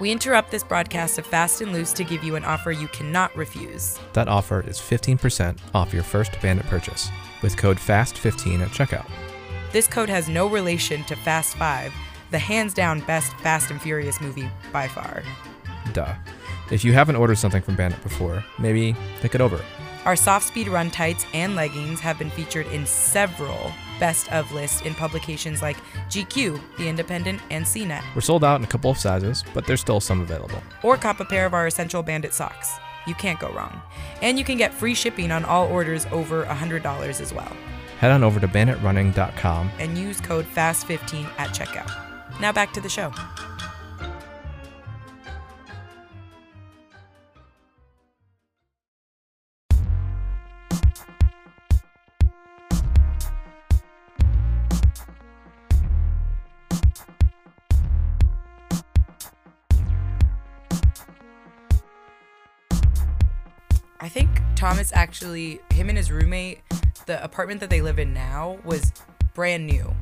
We interrupt this broadcast of Fast and Loose to give you an offer you cannot refuse. That offer is 15% off your first Bandit purchase with code FAST15 at checkout. This code has no relation to Fast 5, the hands down best Fast and Furious movie by far. Duh. If you haven't ordered something from Bandit before, maybe think it over. Our soft speed run tights and leggings have been featured in several best of lists in publications like GQ, The Independent, and CNET, We're sold out in a couple of sizes, but there's still some available. or cop a pair of our essential bandit socks. You can't go wrong. And you can get free shipping on all orders over $100 as well. Head on over to banditrunning.com. And use code FAST15 at checkout. Now back to the show. I think Thomas actually, him and his roommate, the apartment that they live in now was brand new.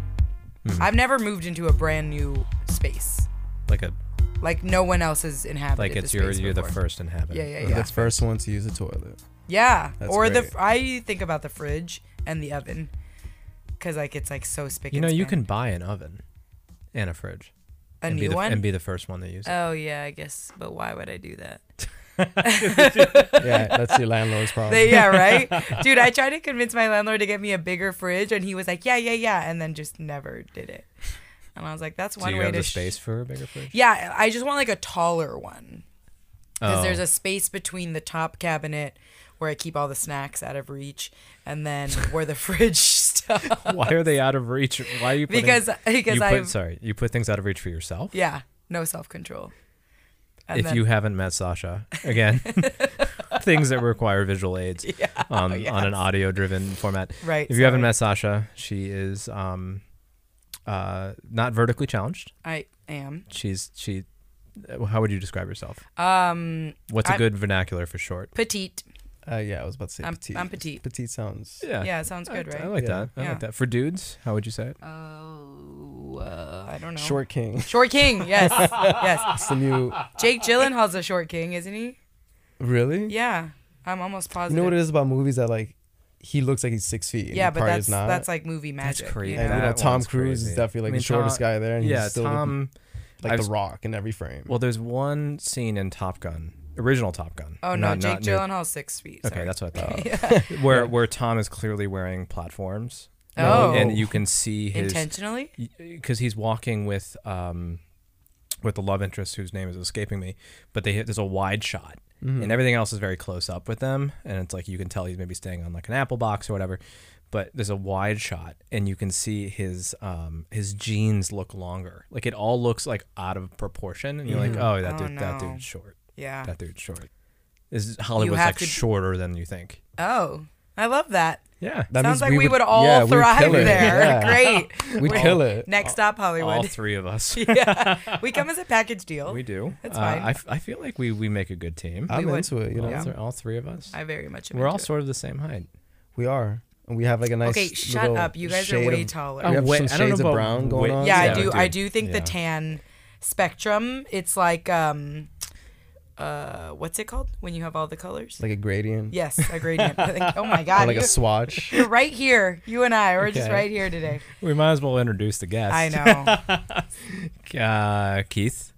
Hmm. I've never moved into a brand new space. Like a Like no one else has inhabited. like it's the your space you're the before. first inhabitant. Yeah, yeah, We're yeah. the first one to use the toilet. Yeah, That's or the great. I think about the fridge and the oven, cause like it's like so spick. You and know, you span. can buy an oven and a fridge. a and new be the, one. And be the first one to use it. oh yeah, I guess. But why would I do that? Yeah, that's your landlord's problem. They- yeah, right, dude. I tried to convince my landlord to get me a bigger fridge, and he was like, "Yeah, yeah, yeah," and then just never did it. And I was like, "That's Do one you way have to the sh- space for a bigger fridge? Yeah, I just want like a taller one because Oh. there's a space between the top cabinet where I keep all the snacks out of reach, and then where the fridge stuff. Why are they out of reach? Why are you putting, Because- because you put, I've- sorry you put things out of reach for yourself. Yeah, no self control. if you haven't met Sasha again, things that require visual aids um, on an audio driven format. Right, If you haven't oh, sorry. met Sasha, she is um, uh, not vertically challenged. I am. She's she. uh, How would you describe yourself? Um, What's a I'm- good vernacular for short? petite. Uh, yeah, I was about to say I'm- petite. I'm petite. Petite sounds. Yeah. Yeah, it sounds good, I- I right? like Yeah. that. I Yeah. like that. For dudes, how would you say it? Oh, uh, I don't know. Short king. Short king. Yes, yes. It's the new. Jake Gyllenhaal's a short king, isn't he? Really? Yeah, I'm almost You positive. know what it is about movies that like he looks like he's six feet. And yeah, the but part that's is not. that's like movie magic. you crazy. know? And you know, That Tom one's Cruise crazy. is definitely I like mean, the shortest Tom- guy there, and yeah, he's still Tom. like I've the s- Rock in every frame. Well, there's one scene in Top Gun, original Top Gun. Oh no, not- Jake not new- Gyllenhaal's six feet. Okay, sorry. that's what I thought. Where where Tom is clearly wearing platforms. Oh. And you can see his intentionally. because he's walking with um with the love interest whose name is escaping me, but they there's a wide shot. Mm-hmm. And everything else is very close up with them, and it's like you can tell he's maybe staying on like an apple box or whatever. But there's a wide shot, and you can see his um, his jeans look longer. Like it all looks like out of proportion, and you're like, oh, that Oh, dude, that no. dude's short. Yeah. That dude's short. Is Hollywood's have like to- shorter than you think? Oh, I love that. Yeah, That Sounds means like we we would- would, all yeah, we'd thrive kill it. there. Yeah. Great. we kill it. Next stop, all Hollywood. three of us. yeah, we come as a package deal. We do. That's Uh, Oh, fine. I, f- I feel like we, we make a good team. I'm would. into it. You know, all, Yeah. thr- all three of us. I very much. am We're all into it. sort of the same height. we are, and we have like a nice. Okay, shut little up. You guys are shade way of- taller. Oh, We have wait, some I don't know shades of about brown wait- going on. yeah, yeah, I do. dude. I do think the Yeah. tan spectrum. It's like um, uh, what's it called when you have all the colors? Like a gradient. yes, a gradient. Like, oh my Or god, like a you- swatch. you're right here. You and I, we're just Okay. right here today. We might as well introduce the guest. I know. know. Uh, Keith.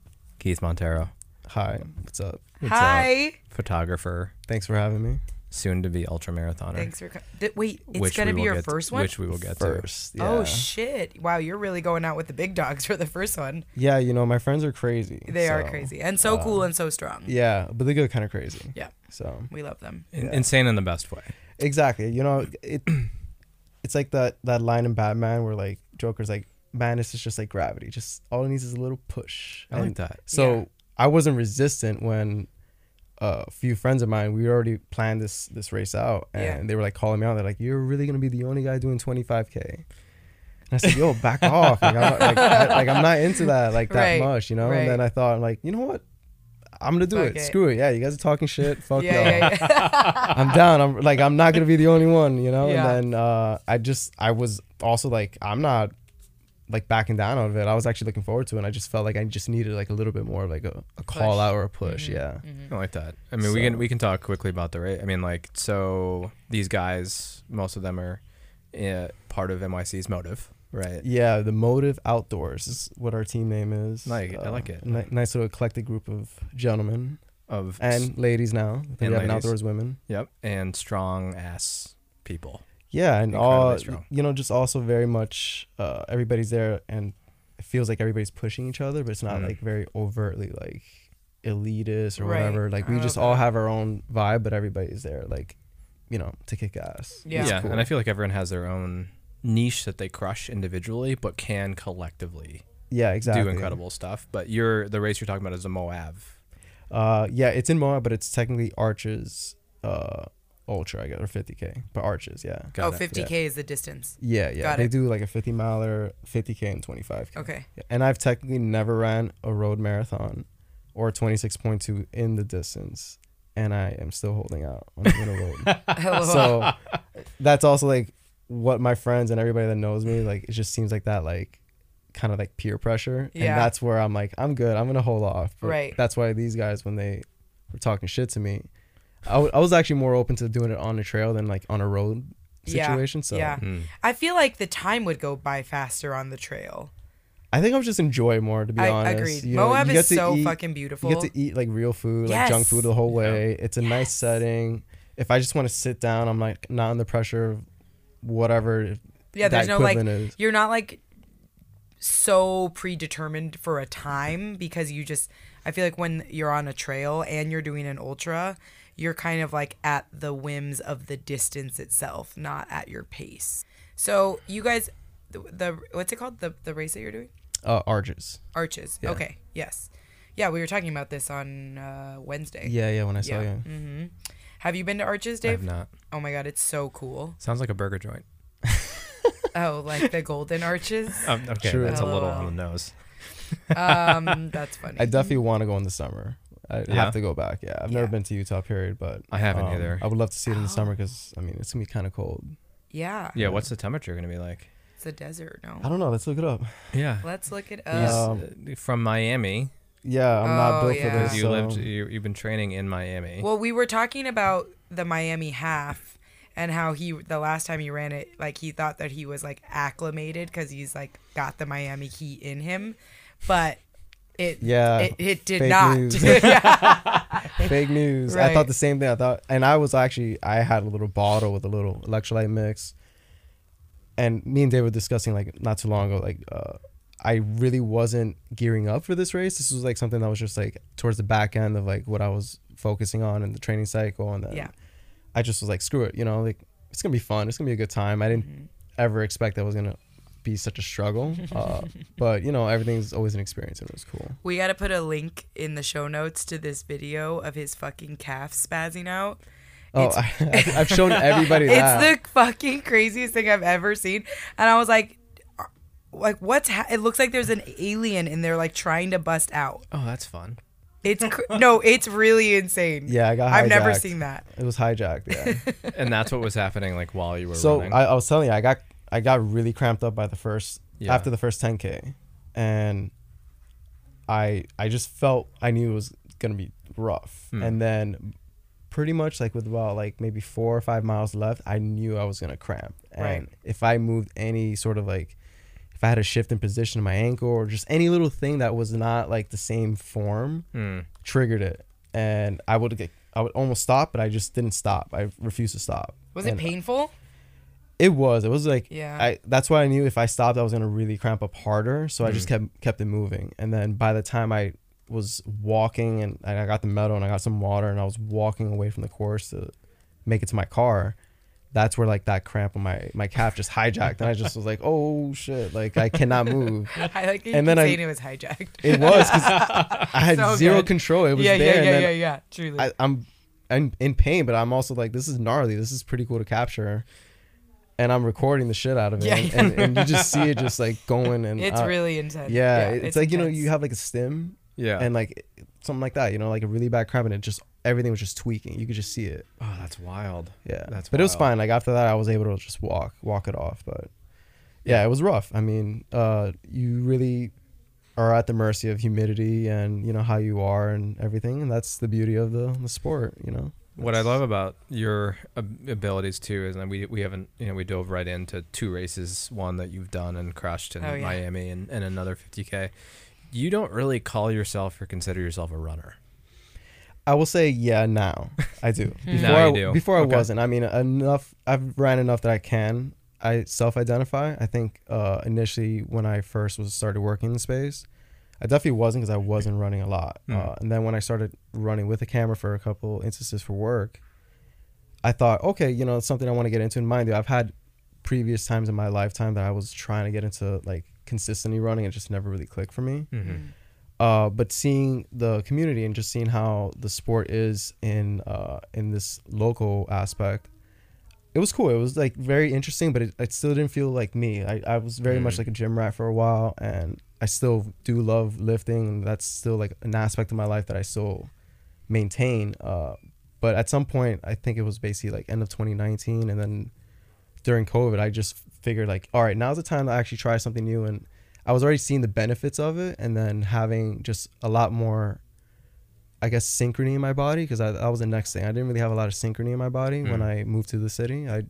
Keith Montero, Hi, what's up? Hi. photographer, Thanks for having me. soon to be ultra marathoner. Thanks for coming. wait, it's which gonna we be will your get- first one. Which we will get First. Yeah. Oh shit! Wow, you're really going out with the big dogs for the first one. Yeah, you know my friends are crazy. They are so- um, crazy and so cool and so strong. Yeah, but they go kind of crazy. Yeah. So We love them. to. In- Insane in the best way. Exactly. You know, it it's like that that line in Batman where like Joker's like, madness is just like gravity. Just all it needs is a little push. I like that. So Yeah. I wasn't resistant when uh, a few friends of mine, we already planned this this race out, and Yeah. they were like calling me out. They're like, "You're really gonna be the only guy doing 25k." And I said, "Yo, back off! Like, I'm, like, I, like I'm not into that like that Right, much, you know." right. And then I thought, I'm like, you know what? I'm gonna do Fuck it. it. Screw it. Yeah, you guys are talking shit. Fuck yeah, y'all. yeah, yeah. I'm down. I'm like I'm not gonna be the only one, you know. Yeah. And then uh, I just I was also like I'm not like backing down out of it. I was actually looking forward to it. And I just felt like I just needed like a little bit more of like a, a call Push. out or a push. Mm-hmm. Yeah. Mm-hmm. Oh, I like that. I mean, we So- can we can talk quickly about the rate. I mean, like, so these guys, most of them are uh, part of NYC's motive, right? Yeah. The Motive Outdoors is what our team name is. Uh, Like- I like it. ni- nice little eclectic group of gentlemen Of and ladies now. we And have an ladies. outdoors women. yep, and strong ass people. Yeah, and Incredibly all strong. you know, just also very much uh, everybody's there, and it feels like everybody's pushing each other, but it's not Mhm. like very overtly like elitist or Right. whatever. Like we Oh, just okay. all have our own vibe, but everybody's there, like you know, to kick ass. Yeah. yeah, It's and I feel like everyone has their own niche that they crush individually, but can collectively Yeah, exactly. do incredible stuff. But you're the race you're talking about is the Moab. Uh, yeah, it's in Moab, but it's technically Arches uh, Ultra, I guess, or 50k, but Arches, yeah. Got oh, it. 50k is the distance. Yeah, yeah. Got they it. do like a 50 miler, 50k, and 25k. Okay. Yeah, And I've technically never ran a road marathon or 26.2 in the distance. And I am still holding out on the middle road. Hello. so that's also like what my friends and everybody that knows me, like, it just seems like that, like, kind of like peer pressure. Yeah. And that's where I'm like, I'm good. I'm going to hold off. Right. That's why these guys, when they were talking shit to me, I wa- I was actually more open to doing it on a trail than like on a road Yeah, situation. So yeah. I feel like the time would go by faster on the trail. I think I was just enjoy more, to be I honest. agreed. You know, Moab you get is to so eat- fucking beautiful. You get to eat like real food, like junk Yes. food the whole way. It's a nice Yes. setting. If I just want to sit down, I'm like not under pressure of whatever. yeah, there's that no like equivalent is. you're not like so predetermined for a time because you just I feel like when you're on a trail and you're doing an ultra, you're kind of like at the whims of the distance itself, not at your pace. So you guys the, the what's it called? The the race that you're doing? Uh, arches. Arches. Okay. Yes. Yeah, we were talking about this on uh, Wednesday. Yeah, yeah. When I saw Yeah. you, hmm Have you been to Arches, I have Dave? not. Oh my god, it's so cool. Sounds like a burger joint. Oh, like the Golden Arches. Um, okay, True. that's a little LOL. on the nose. Um, that's funny. I definitely want to go in the summer. I Yeah? have to go back. Yeah, I've never Yeah. been to Utah. Period, but I haven't um, either. I would love to see it in the Oh. summer because I mean it's gonna be kind of cold. yeah. Yeah, what's the temperature gonna be like? It's a desert. I No. don't know. Let's look it up. Yeah, Let's look it He's, up. Yeah. uh, from Miami. um, Yeah, I'm not Oh, built yeah. for this. You so- lived. You, you've been training in Miami. Well, we were talking about the Miami half and how he the last time he ran it, like he thought that he was like acclimated because he's like got the Miami heat in him, but it Yeah, it, it did fake not. news. yeah. Fake news. I Right. thought the same thing. I thought, and I was actually, I had a little bottle with a little electrolyte mix, and me and Dave were discussing like not too long ago. Like, uh, I really wasn't gearing up for this race. This was like something that was just like towards the back end of like what I was focusing on in the training cycle, and then Yeah. I just was like, screw it, you know, like it's gonna be fun. It's gonna be a good time. I didn't Mm-hmm. ever expect that was gonna be such a struggle, uh, but you know, everything's always an experience, and it was cool. We got to put a link in the show notes to this video of his fucking calf spazzing out. Oh, It's- I, I've shown everybody that. It's the fucking craziest thing I've ever seen. And I was like, "Are- like what's ha- it looks like there's an alien in there like trying to bust out. oh, that's fun. It's cr- no, it's really insane. Yeah, I got. Hijacked. I've never seen that. It was hijacked. Yeah. And that's what was happening like while you were so running. I, I was telling you, I got I got really cramped up by the first Yeah. after the first 10k, and I I just felt I knew it was gonna be rough, Hmm. and then pretty much like with about like maybe four or five miles left, I knew I was gonna cramp, and Right. if I moved any sort of like if I had a shift in position of my ankle or just any little thing that was not like the same form, Hmm. triggered it and I would get I would almost stop but I just didn't stop. I refused to stop. Was it And painful? It was. It was like Yeah. I that's why I knew if I stopped I was going to really cramp up harder, so I just kept kept it moving. And then by the time I was walking and, and I got the medal and I got some water and I was walking away from the course to make it to my car. That's where like that cramp on my my calf just hijacked and I just was like, "Oh shit, like I cannot move." I like And and then then I- saying it was hijacked. It was cuz I had So zero good. control. It was yeah, there yeah, and yeah, then yeah, yeah. Truly. I, I'm I'm in pain, but I'm also like, this is gnarly. This is pretty cool to capture, and I'm recording the shit out of it, Yeah, and, yeah. and, and you just see it just like going and it's out. really intense. uh, yeah, it's, like you know you intense. have like a stim yeah. and like something like that, you know, like a really bad cramp, and it just everything was just tweaking. You could just see it. oh, that's wild. Yeah, That's but it was wild. fine. Like after that, I was able to just walk walk it off, but. yeah, it was rough. I mean, uh, you really are at the mercy of humidity and you know how you are and everything, and that's the beauty of the, the sport. You know, What I love about your ab- abilities too is that we we haven't you know we dove right into two races, one that you've done and crushed in Oh, yeah. Miami, and, and another 50k. You don't really call yourself or consider yourself a runner. I will say, yeah, now I do. Before Hmm. Now I, you do. Before I Okay. wasn't. I mean, enough. I've ran enough that I can. I self-identify. I think uh, initially when I first was started working in the space, I definitely wasn't because I wasn't running a lot. Hmm. Uh, and then when I started running with a camera for a couple instances for work, I thought, okay, you know, it's something I want to get into. And mind you, I've had previous times in my lifetime that I was trying to get into like consistently running. It just never really clicked for me Hmm. Mm-hmm. uh, but seeing the community and just seeing how the sport is in uh, in this local aspect, it was cool. It was like very interesting, but it, it still didn't feel like me. I, I was very much like a gym rat for a while, and I still do love lifting, and that's still like an aspect of my life that I still maintain. Uh, but at some point, I think it was basically like end of 2019, and then during COVID, I just figured like, all right, now's the time to actually try something new. And I was already seeing the benefits of it, and then having just a lot more, I guess, synchrony in my body because that was the next thing. I didn't really have a lot of synchrony in my body when I moved to the city. I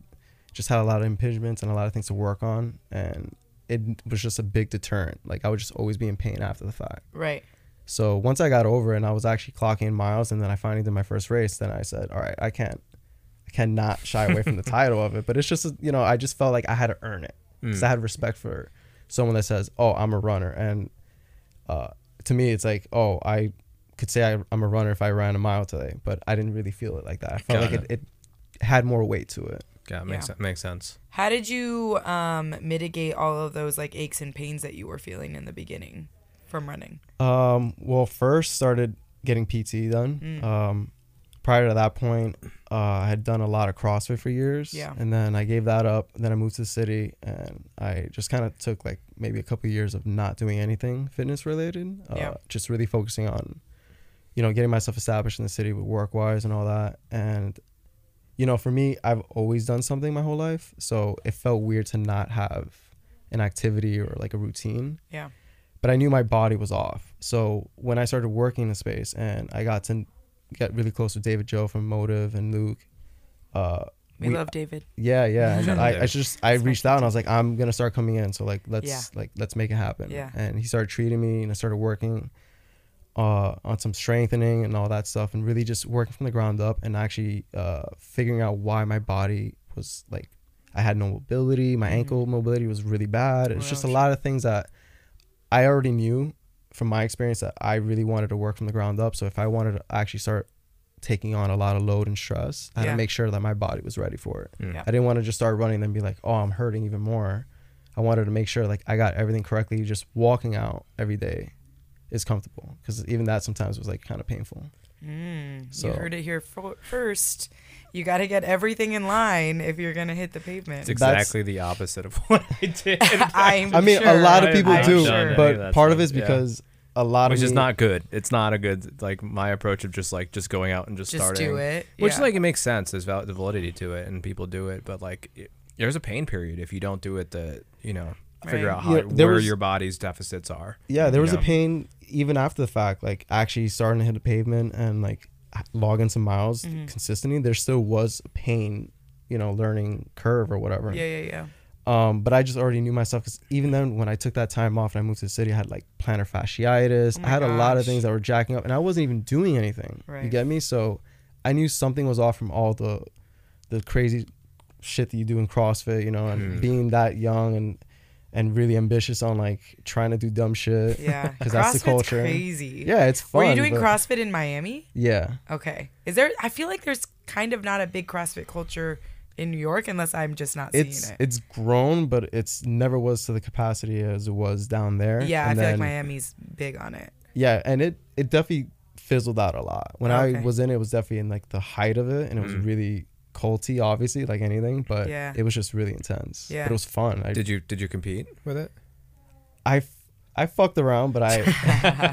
just had a lot of impingements and a lot of things to work on, and it was just a big deterrent. Like I would just always be in pain after the fact. Right. So once I got over it and I was actually clocking in miles and then I finally did my first race, then I said, all right, I can't, I cannot shy away from the title of it. But it's just, you know, I just felt like I had to earn it because I had respect for someone that says, oh, I'm a runner. And uh, to me, it's like, oh, I could say I, I'm a runner if I ran a mile today, but I didn't really feel it like that. I felt Got like it, it had more weight to it. Yeah, it makes Yeah. sen- makes sense. How did you um, mitigate all of those like aches and pains that you were feeling in the beginning from running? Um, well, first started getting PT done. Mm. Um, prior to that point, uh, I had done a lot of CrossFit for years. Yeah. And then I gave that up. Then I moved to the city, and I just kind of took like maybe a couple years of not doing anything fitness related. Uh, Yeah. Just really focusing on, you know, getting myself established in the city with work wise and all that. And you know, for me, I've always done something my whole life, so it felt weird to not have an activity or like a routine Yeah. but I knew my body was off. So when I started working in the space and I got to get really close with David Joe from Motive and Luke, uh, We, love David. yeah, yeah. And Shout out I, I David. just I reached out and I was like, I'm gonna start coming in. So like let's Yeah. like let's make it happen. Yeah. And he started treating me and I started working uh, on some strengthening and all that stuff and really just working from the ground up and actually uh, figuring out why my body was like I had no mobility, Mm-hmm. my ankle mobility was really bad. It's just a Ouch. lot of things that I already knew from my experience that I really wanted to work from the ground up. So if I wanted to actually start taking on a lot of load and stress, I had Yeah. to make sure that my body was ready for it. Yeah. Mm. I didn't want to just start running and then be like, oh, I'm hurting even more. I wanted to make sure like I got everything correctly. Just walking out every day is comfortable because even that sometimes was like kind of painful. Mm, So- you heard it here fo- first. You got to get everything in line if you're going to hit the pavement. It's exactly the opposite of what I did. I'm I mean, a sure. lot of I people I'm do, sure. done any of but that part of stuff, it's yeah. because a lot which of is me- not good. It's not a good like my approach of just like just going out and just, Just starting. do it, Which yeah. like it makes sense. There's val- the validity to it, and people do it. But like, it, there's a pain period if you don't do it. That you know, figure Right. out how Yeah, there where was- your body's deficits are. Yeah, there you was know? a pain even after the fact, like actually starting to hit the pavement and like logging some miles Mm-hmm. consistently. There still was a pain, you know, learning curve or whatever. Yeah, yeah, yeah. Um, but I just already knew myself because even then, when I took that time off and I moved to the city, I had like plantar fasciitis. Oh my I had a lot of gosh. things that were jacking up, and I wasn't even doing anything. You Right. get me? So I knew something was off from all the the crazy shit that you do in CrossFit, you know, and being that young and and really ambitious on like trying to do dumb shit. Yeah. because that's the CrossFit's culture. crazy. Yeah, it's fun. Were you doing but- CrossFit in Miami? Yeah. Okay. Is there? I feel like there's kind of not a big CrossFit culture in New York, unless I'm just not It's seeing it. it's grown, but it's never was to the capacity as it was down there. yeah, I And feel like then- Miami's big on it. Yeah, and it it definitely fizzled out a lot. When I Okay. Mm. was in, it was definitely in like the height of it, and it was really culty, obviously, like anything. But Yeah. it was just really intense. Yeah. but it was fun. I Did you did you compete with it? I f- I fucked around, but I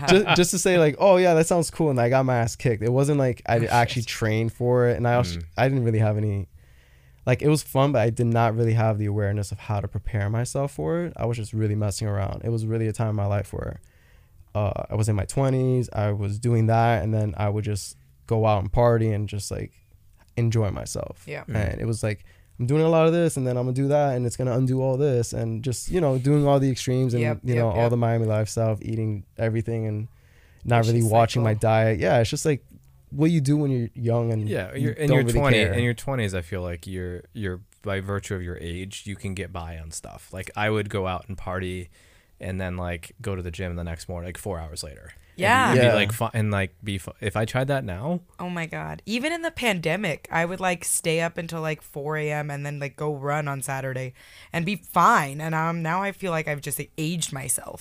just, just to say like, oh yeah, that sounds cool, and Mm. I got my ass kicked. It wasn't like I actually trained for it, and I also I didn't really have any like it was fun, but I did not really have the awareness of how to prepare myself for it. I was just really messing around. It was really a time in my life where uh, I was in my twenties. I was doing that, and then I would just go out and party and just like enjoy myself. Yeah. And it was like I'm doing a lot of this, and then I'm gonna do that, and it's gonna undo all this, and just you know doing all the extremes and Yep, you yep, know all yep. the Miami lifestyle, of eating everything, and not Vicious really watching my cycle. diet. Yeah, it's just like what you do when you're young and Yeah, you you're, in don't your really twenty care. in your twenties, I feel like you're you're by virtue of your age, you can get by on stuff. Like I would go out and party, and then like go to the gym the next morning, like four hours later. Yeah. and be, Yeah. like fun and like be. Fu- if I tried that now, Oh my god. Even in the pandemic, I would like stay up until like 4 a.m. and then like go run on Saturday and be fine. And um, now I feel like I've just like, aged myself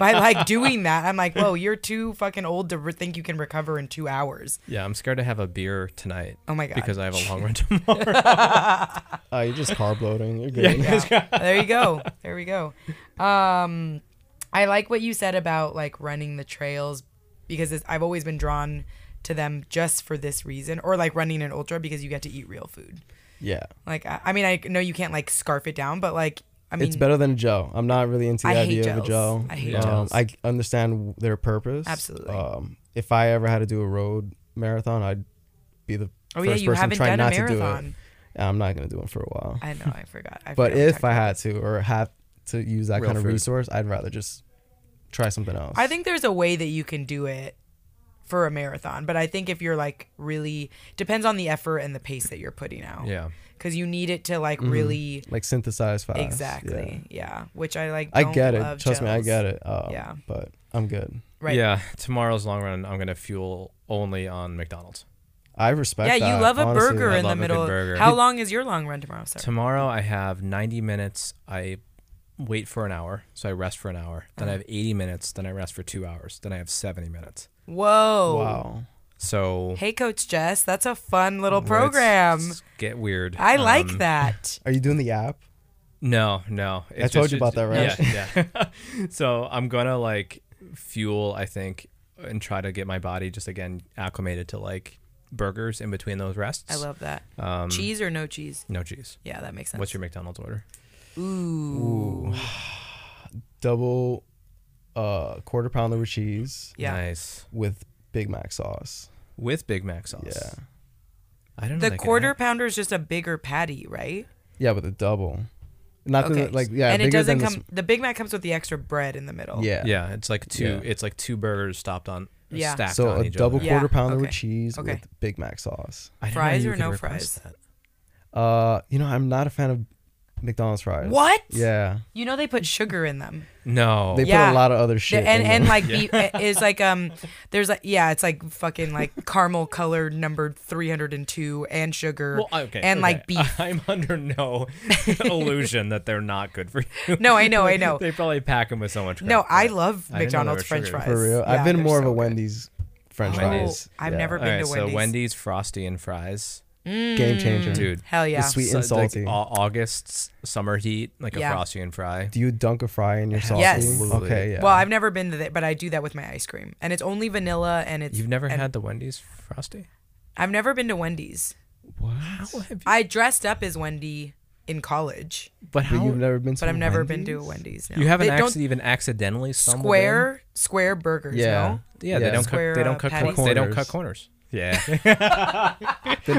by like doing that. I'm like, whoa, you're too fucking old to re- think you can recover in two hours. yeah, I'm scared to have a beer tonight. Oh my God. because I have a long run tomorrow. Oh, you're just carb loading. You're good. Yeah. there you go. There we go. Um, I like what you said about like running the trails because it's, I've always been drawn to them just for this reason, or like running an ultra because you get to eat real food. Yeah. Like, I, I mean, I know you can't like scarf it down, but like, I mean, it's better than Joe. I'm not really into the I hate idea of a gels. Joe. I hate um, gels. I understand their purpose. Absolutely. Um, if I ever had to do a road marathon, I'd be the Oh, yeah, first you person haven't trying done a not to do it. marathon. I'm not gonna do it for a while. I know, I forgot. I but forgot we if talked I about had to or have to use that Real kind of food. resource, I'd rather just try something else. I think there's a way that you can do it for a marathon, but I think if you're like really depends on the effort and the pace that you're putting out. yeah, Because you need it to like really like synthesize fast. exactly. Mm-hmm. yeah. Yeah. Which I like. I don't get it. love Trust me, I gels. get it. Um, Yeah. But I'm good. Right. Yeah. yeah. Tomorrow's long run, I'm gonna fuel only on McDonald's. I respect. you that, love a honestly. burger I in the love a good middle. burger. How long is your long run tomorrow? Sorry. Tomorrow I have 90 minutes. I wait for an hour, so I rest for an hour. Then I Uh-huh. have 80 minutes. Then I rest for two hours. Then I have 70 minutes. Whoa. Wow. So Hey, Coach Jess, that's a fun little Well, it's- program. it's get weird. I like Um, that. Are you doing the app? No, no. It's told you about that, right? Yeah, yeah. so I'm gonna like fuel, I think, and try to get my body just again acclimated to like burgers in between those rests. I love that. um, cheese or no cheese? No cheese. Yeah, that makes sense. What's your McDonald's order? Ooh. double uh quarter pounder with cheese Yeah. Nice. with Big Mac sauce. With Big Mac sauce. Yeah. I don't know. The that I can quarter add- pounder is just a bigger patty, right? Yeah, with a double. Not the- like yeah, and it bigger doesn't than the come. The, Big Mac comes with the extra bread in the middle. sm- yeah. Yeah, it's like two. Yeah. It's like two burgers stopped on. Yeah. Stacked So on a each double Other. Yeah, quarter pounder with okay, cheese okay. with Big Mac sauce. I didn't know Fries you or could no request that. Uh, you know, I'm not a fan of McDonald's fries. What? Yeah. You know they put sugar in them, No. They Yeah. put a lot of other shit. The- and in and them. like beef is like um, there's like yeah, it's like fucking like caramel colored numbered three hundred and two and sugar Well, okay. and like okay. beef. I'm under no illusion that they're not good for you. No, I know, I know. they probably pack them with so much. No, crap, I but- love I didn't know there McDonald's were French sugars. fries. for real. Yeah, I've been they're more of so a good. Wendy's French Oh, fries. I've Yeah. never All been right, to so Wendy's. Wendy's frosty and fries, game Mm. changer. dude. Hell yeah. sweet- and So, like, salty. au- August's summer heat, like Yeah. a frosty and fry. Do you dunk a fry in your sauce? Yes. Absolutely. Okay, yeah. Well, I've never been to that, but I do that with my ice cream, and it's only vanilla, and it's. You've never and- had the Wendy's frosty? I've never been to Wendy's. How have you? I dressed up as Wendy in college, but but how? you've never been to but I've never been to Wendy's? a Wendy's. No. you haven't They don't- actually even accidentally stumbled square square burgers. Yeah. No? in? Yeah, they Yeah. don't Square, cut. They uh, don't cut. patties. Cor- they don't cut Corners. corners. Yeah, They're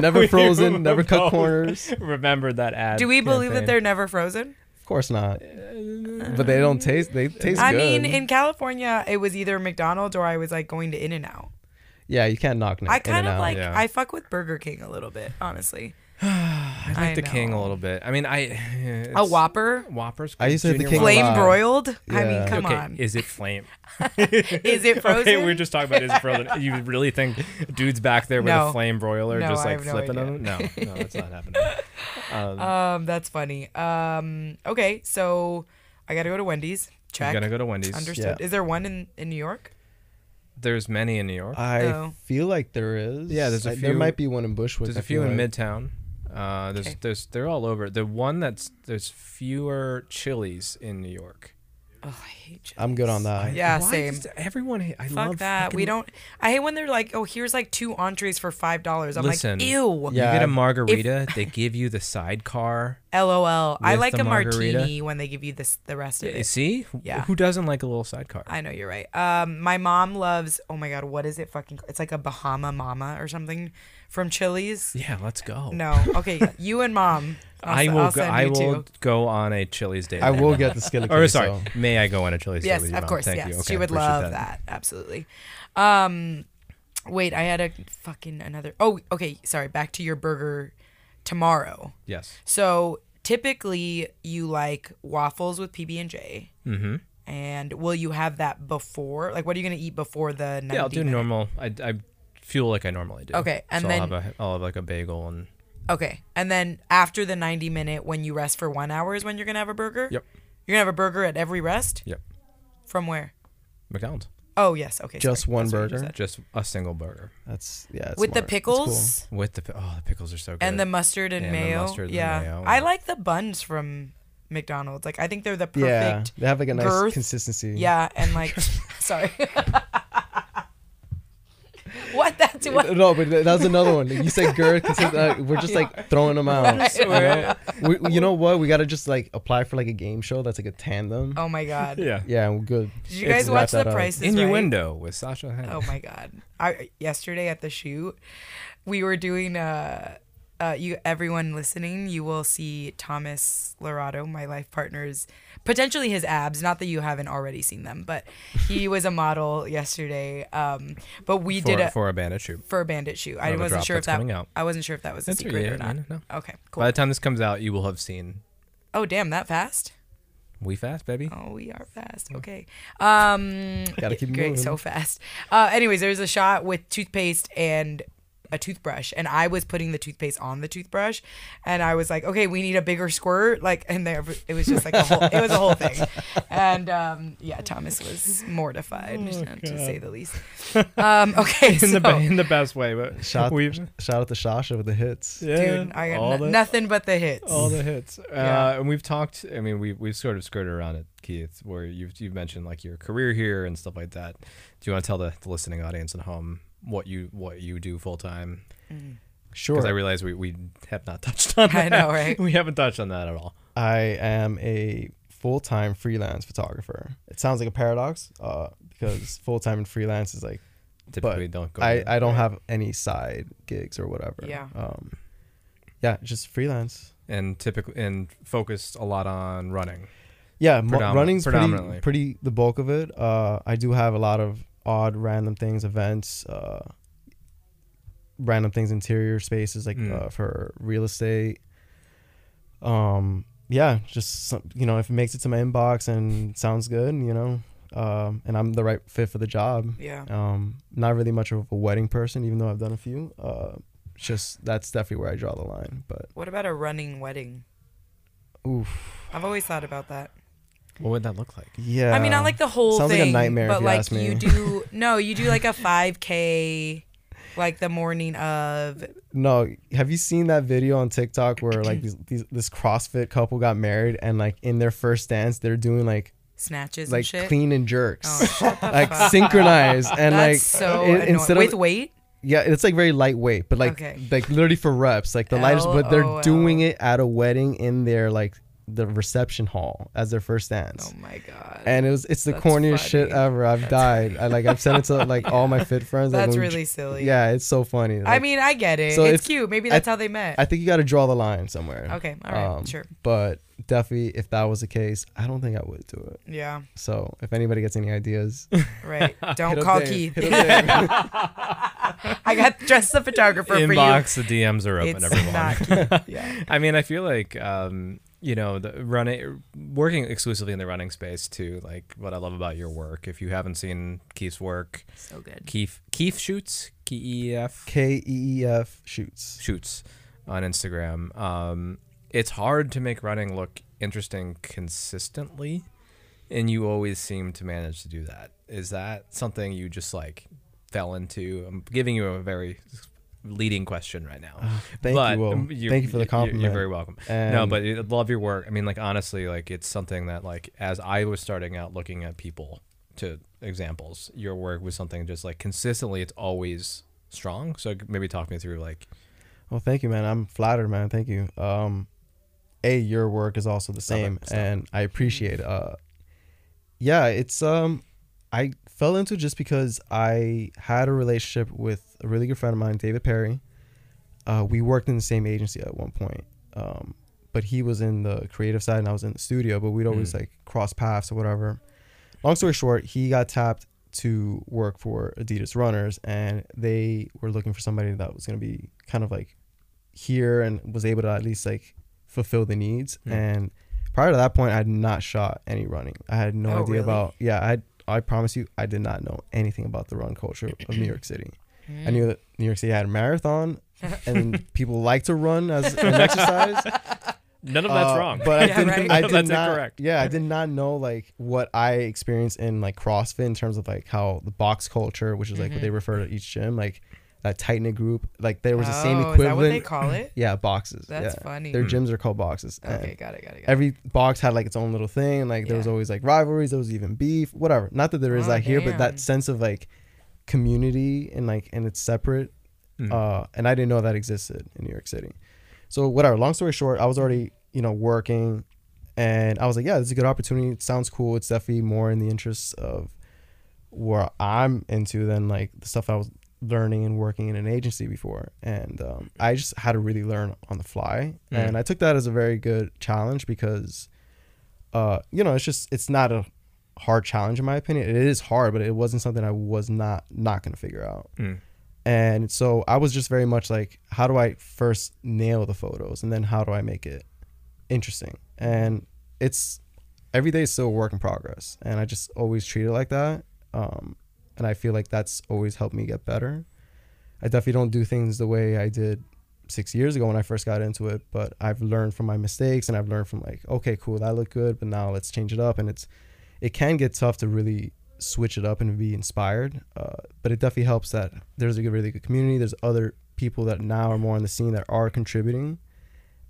never frozen, never cut both. corners. remember that ad. Do we believe that campaign. they're never frozen? Of course not. But they don't taste. They taste I good. mean, in California, it was either McDonald's or I was like going to In and Out. yeah, you can't knock. I kind of like Yeah. I fuck with Burger King a little bit, honestly. I like the king a little bit. I mean, I A it's- Whopper, Whoppers. I used to hit the Junior King a Whopper. flame lot. broiled. I mean, Yeah. come okay, on. is it flame? Is it frozen? Okay, we were just talking about is it frozen. You really think dudes back there with No. a flame broiler No, just I like have no flipping idea. them? No, no, that's not happening. Um, Um, that's funny. Um, okay, so I gotta go to Wendy's. I'm Check. gonna go to Wendy's. Understood. Yeah. Is there one in, in New York? There's many in New York. I Oh. feel like there is. Yeah, there's a I- There few- might be one in Bushwick. there's I a few feel in like. Midtown. Uh, there's Okay. there's they're all over. The one that's there's fewer chilies in New York. Ugh, Oh, I hate Gillette. I'm good on that. Yeah, Why same. does everyone, ha- I Fuck love that. We fucking- don't. I hate when they're like, "Oh, here's like two entrees for five dollars." I'm Listen. like, "Ew." Yeah. You get a margarita, they give you the sidecar. LOL. I With like the a margarita? martini when they give you this the rest of You it. see? Yeah. Who doesn't like a little sidecar? I know you're right. Um, my mom loves. Oh my god, what is it? Fucking, it's like a Bahama Mama or something from Chili's. yeah, let's go. No, okay, you and mom. I'll, I s- will I'll go, send I you will two. go on a Chili's date. I with will you. get the skin of Or queso. Oh, sorry, may I go on a Chili's date Yes, with you, of Mom? course. Thank yes, you. she Okay, would appreciate love that. Absolutely. Um, wait, I had a fucking another. Oh, okay. Sorry, back to your burger tomorrow. Yes. So typically, you like waffles with PB and J. Mm-hmm. And will you have that before? Like, what are you gonna eat before the? 90 Yeah, I'll do minute? normal. I, I feel like I normally do. Okay, and so then- I'll have, a, I'll have like a bagel and Okay. And then after the 90 minute, when you rest for one hour, is when you're going to have a burger? Yep. You're going to have a burger at every rest? yep, From where? McDonald's. Oh, yes. Okay. Just sorry. one That's what you just burger? said. Just a single burger That's yeah. it's With the smart. It's cool. pickles with the pi- oh the pickles are so good. and the mustard and, And the mayo. mustard and the yeah. mayo. I like the buns from McDonald's. Like, I think they're the perfect. Yeah, they have like a nice girth. consistency. Yeah, and like, sorry. what? That's what. No, but that was another one. You said girth. Consist- uh, we're just like throwing them out. You know? We, we- you know what? We gotta just like apply for like a game show that's like a tandem. Oh my god. yeah Yeah, we're good. Did you Let's guys wrap watch The that up. Price is Right? innuendo with Sasha. Henney. Oh my god! I yesterday at the shoot, we were doing uh, uh, you everyone listening, you will see Thomas Lorado, my life partner's potentially his abs. Not that you haven't already seen them, but he was a model yesterday. Um, but we for, did a for, for a bandit shoot. a bandit shoot. I Another wasn't drop sure if that's that coming out. I wasn't sure if that was a That's secret yeah, or not. yeah, no. Okay, cool. By the time this comes out, you will have seen oh damn, that fast. We Fast Baby. Oh, we are fast. Okay. Um, Gotta keep great, moving. so fast. Uh, anyways, there's a shot with toothpaste and a toothbrush, and I was putting the toothpaste on the toothbrush, and I was like, okay, we need a bigger squirt, like, and there it was just like a whole, it was a whole thing, and um, yeah, Thomas was mortified to say the least. Um, okay, so, Oh, in the best way, but Shout, shout out to Sasha with the hits. dude, I got all no- the- nothing but the hits. all the hits. Uh, Yeah. And we've talked. I mean, we we've sort of skirted around it, Keith, where you've you've mentioned like your career here and stuff like that. Do you want to tell the, the listening audience at home what you what you do full time? Sure. Because I realize we, we have not touched on. I That. know, right? We haven't touched on that at all. I am a full time freelance photographer. It sounds like a paradox uh, because full time and freelance is like, Typically, but don't go. I, there. I don't have any side gigs or whatever. Yeah. Um, yeah, just freelance. and typically and focused a lot on running. Yeah, m- Predomin- running's predominantly. pretty, pretty the bulk of it. Uh, I do have a lot of odd, random things, events, uh, random things, interior spaces, like Mm. uh, for real estate. Um, yeah, just some, you know, if it makes it to my inbox and sounds good, you know, um, and I'm the right fit for the job. Yeah. Um, not really much of a wedding person, even though I've done a few. Uh, it's just that's definitely where I draw the line. But What about a running wedding? oof, I've always thought about that. What would that look like? yeah. I mean, I like the whole Sounds like thing. a nightmare if But you like, ask me. you do no, you do like a five k, like the morning of. No, have you seen that video on TikTok where like these, these this CrossFit couple got married and like in their first dance they're doing like Snatches like and shit. clean and jerks, Oh, shut the like fuck synchronized That's and like so i- annoying. instead with of weight. yeah, it's like very lightweight, but like Okay. like literally for reps, like the lightest, but they're LOL. doing it at a wedding in their like the reception hall as their first dance. Oh my god, and it was it's the That's corniest shit funny. ever. I've died. I like I've sent it to like all my fit friends. like, that's when we- really silly. Yeah, it's so funny. I Like, mean, I get it. So it's if- cute. Maybe I- that's how they met. I think you got to draw the line somewhere. Um, okay, all right, sure. But definitely, if that was the case, I don't think I would do it. Yeah, So if anybody gets any ideas, right. Don't hit up call Dave. Keith. Hit up Dave. I got dressed the photographer Inbox, the DMs are for you. It's open. everyone. not Keith. Yeah. I mean, I feel like um, you know, the running, working exclusively in the running space too. Like what I love about your work. If you haven't seen Keith's work, So good. Keith Keith shoots K E E F K E E F shoots. shoots on Instagram. Um, it's hard to make running look interesting consistently, and you always seem to manage to do that. Is that something you just like fell into? I'm giving you a very leading question right now. Ah, thank but you, Will. um, Thank you for the compliment. You're very welcome. no, And- but I love your work. I mean, like honestly, like it's something that like as I was starting out looking at people to examples, your work was something just like consistently. It's always strong. So maybe talk me through like Well, thank you, man. I'm flattered, man. Thank you. Um, a your work is also the same, Stop it. Stop it. and I appreciate. Uh, yeah, it's um, I fell into it just because I had a relationship with a really good friend of mine, David Perry. Uh, we worked in the same agency at one point, um, but he was in the creative side and I was in the studio. But we'd always like cross paths or whatever. Long story short, he got tapped to work for Adidas Runners, and they were looking for somebody that was going to be kind of like here and was able to at least like fulfill the needs. Hmm. And prior to that point, I had not shot any running. I had no Oh, idea really? about yeah. I I promise you, I did not know anything about the run culture of New York City. I knew that New York City had a marathon. and people like to run as an exercise. none of that's Uh, wrong. But I Yeah, didn't. right. I did That's not. incorrect. Yeah, I did not know like what I experienced in like CrossFit in terms of like how the box culture, which is like Mm-hmm. what they refer to each gym, like that tight knit group, like there was the same Oh, equivalent. Is that what they call it? Yeah, boxes. That's yeah. funny. Their gyms are called boxes. and Okay, got it, got it, got it. Every box had like its own little thing, and like there was Yeah. always like rivalries. There was even beef, whatever. Not that there is Oh, that here, but damn. that sense of like community and like and it's separate. Uh, and I didn't know that existed in New York City. So whatever. Long story short, I was already you know working, and I was like, yeah, this is a good opportunity. It sounds cool. It's definitely more in the interests of where I'm into than like the stuff I was learning and working in an agency before. And um, I just had to really learn on the fly. And I took that as a very good challenge because, uh, you know, it's just, it's not a hard challenge in my opinion. It is hard, but it wasn't something I was not, not going to figure out. And so I was just very much like, how do I first nail the photos and then how do I make it interesting? And it's every day is still a work in progress. And I just always treat it like that. Um, and I feel like that's always helped me get better. I definitely don't do things the way I did six years ago when I first got into it, but I've learned from my mistakes and I've learned from like, okay, cool, that looked good, but now let's change it up. And it's, it can get tough to really switch it up and be inspired. Uh, but it definitely helps that there's a good, really good community. There's other people that now are more on the scene that are contributing.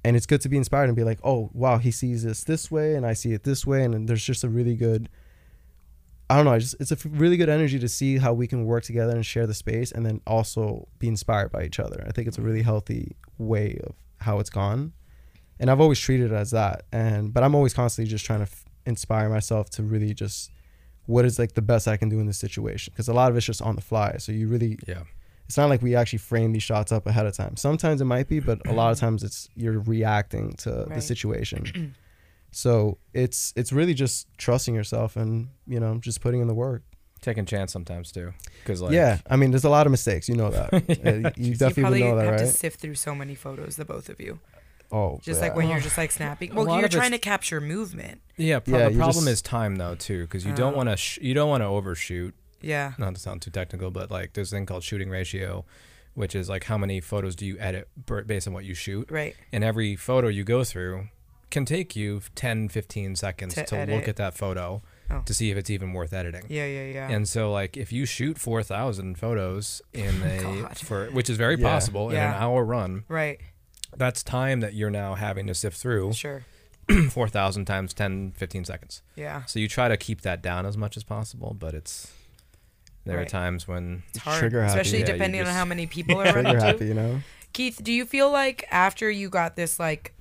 And it's good to be inspired and be like, oh, wow, he sees this this way and I see it this way. And then there's just a really good, I don't know, I just, it's a f- really good energy to see how we can work together and share the space and then also be inspired by each other. I think it's a really healthy way of how it's gone and I've always treated it as that. And but I'm always constantly just trying to f- inspire myself to really just what is like the best I can do in this situation because a lot of it's just on the fly. So you really, yeah, it's not like we actually frame these shots up ahead of time. Sometimes it might be, but a lot of times it's you're reacting to the Right. situation. so it's it's really just trusting yourself and you know just putting in the work. taking chance sometimes too. Because like yeah, I mean, there's a lot of mistakes. You know that. Uh, you you definitely probably would know that, have right? to sift through so many photos, the both of you. oh, Just yeah. like when you're just like snapping. A Well, lot you're of it's- trying to capture movement. Yeah, pro- Yeah, the you problem just- is time though too, because you don't Oh. want to sh- you don't want to overshoot. Yeah. Not to sound too technical, but like there's a thing called shooting ratio, which is like how many photos do you edit b- based on what you shoot, Right. and every photo you go through can take you 10, 15 seconds to, To look edit. at that photo Oh. to see if it's even worth editing. Yeah, yeah, yeah. And so, like, if you shoot four thousand photos in a God. for which is very Yeah. possible in Yeah. an hour run, right. that's time that you're now having to sift through Sure. four thousand times 10, 15 seconds. Yeah. So you try to keep that down as much as possible, but it's there are Right. times when It's hard. Trigger happy. Especially Yeah, you depending on just- how many people are Trigger running happy, too. you know. Keith, do you feel like after you got this like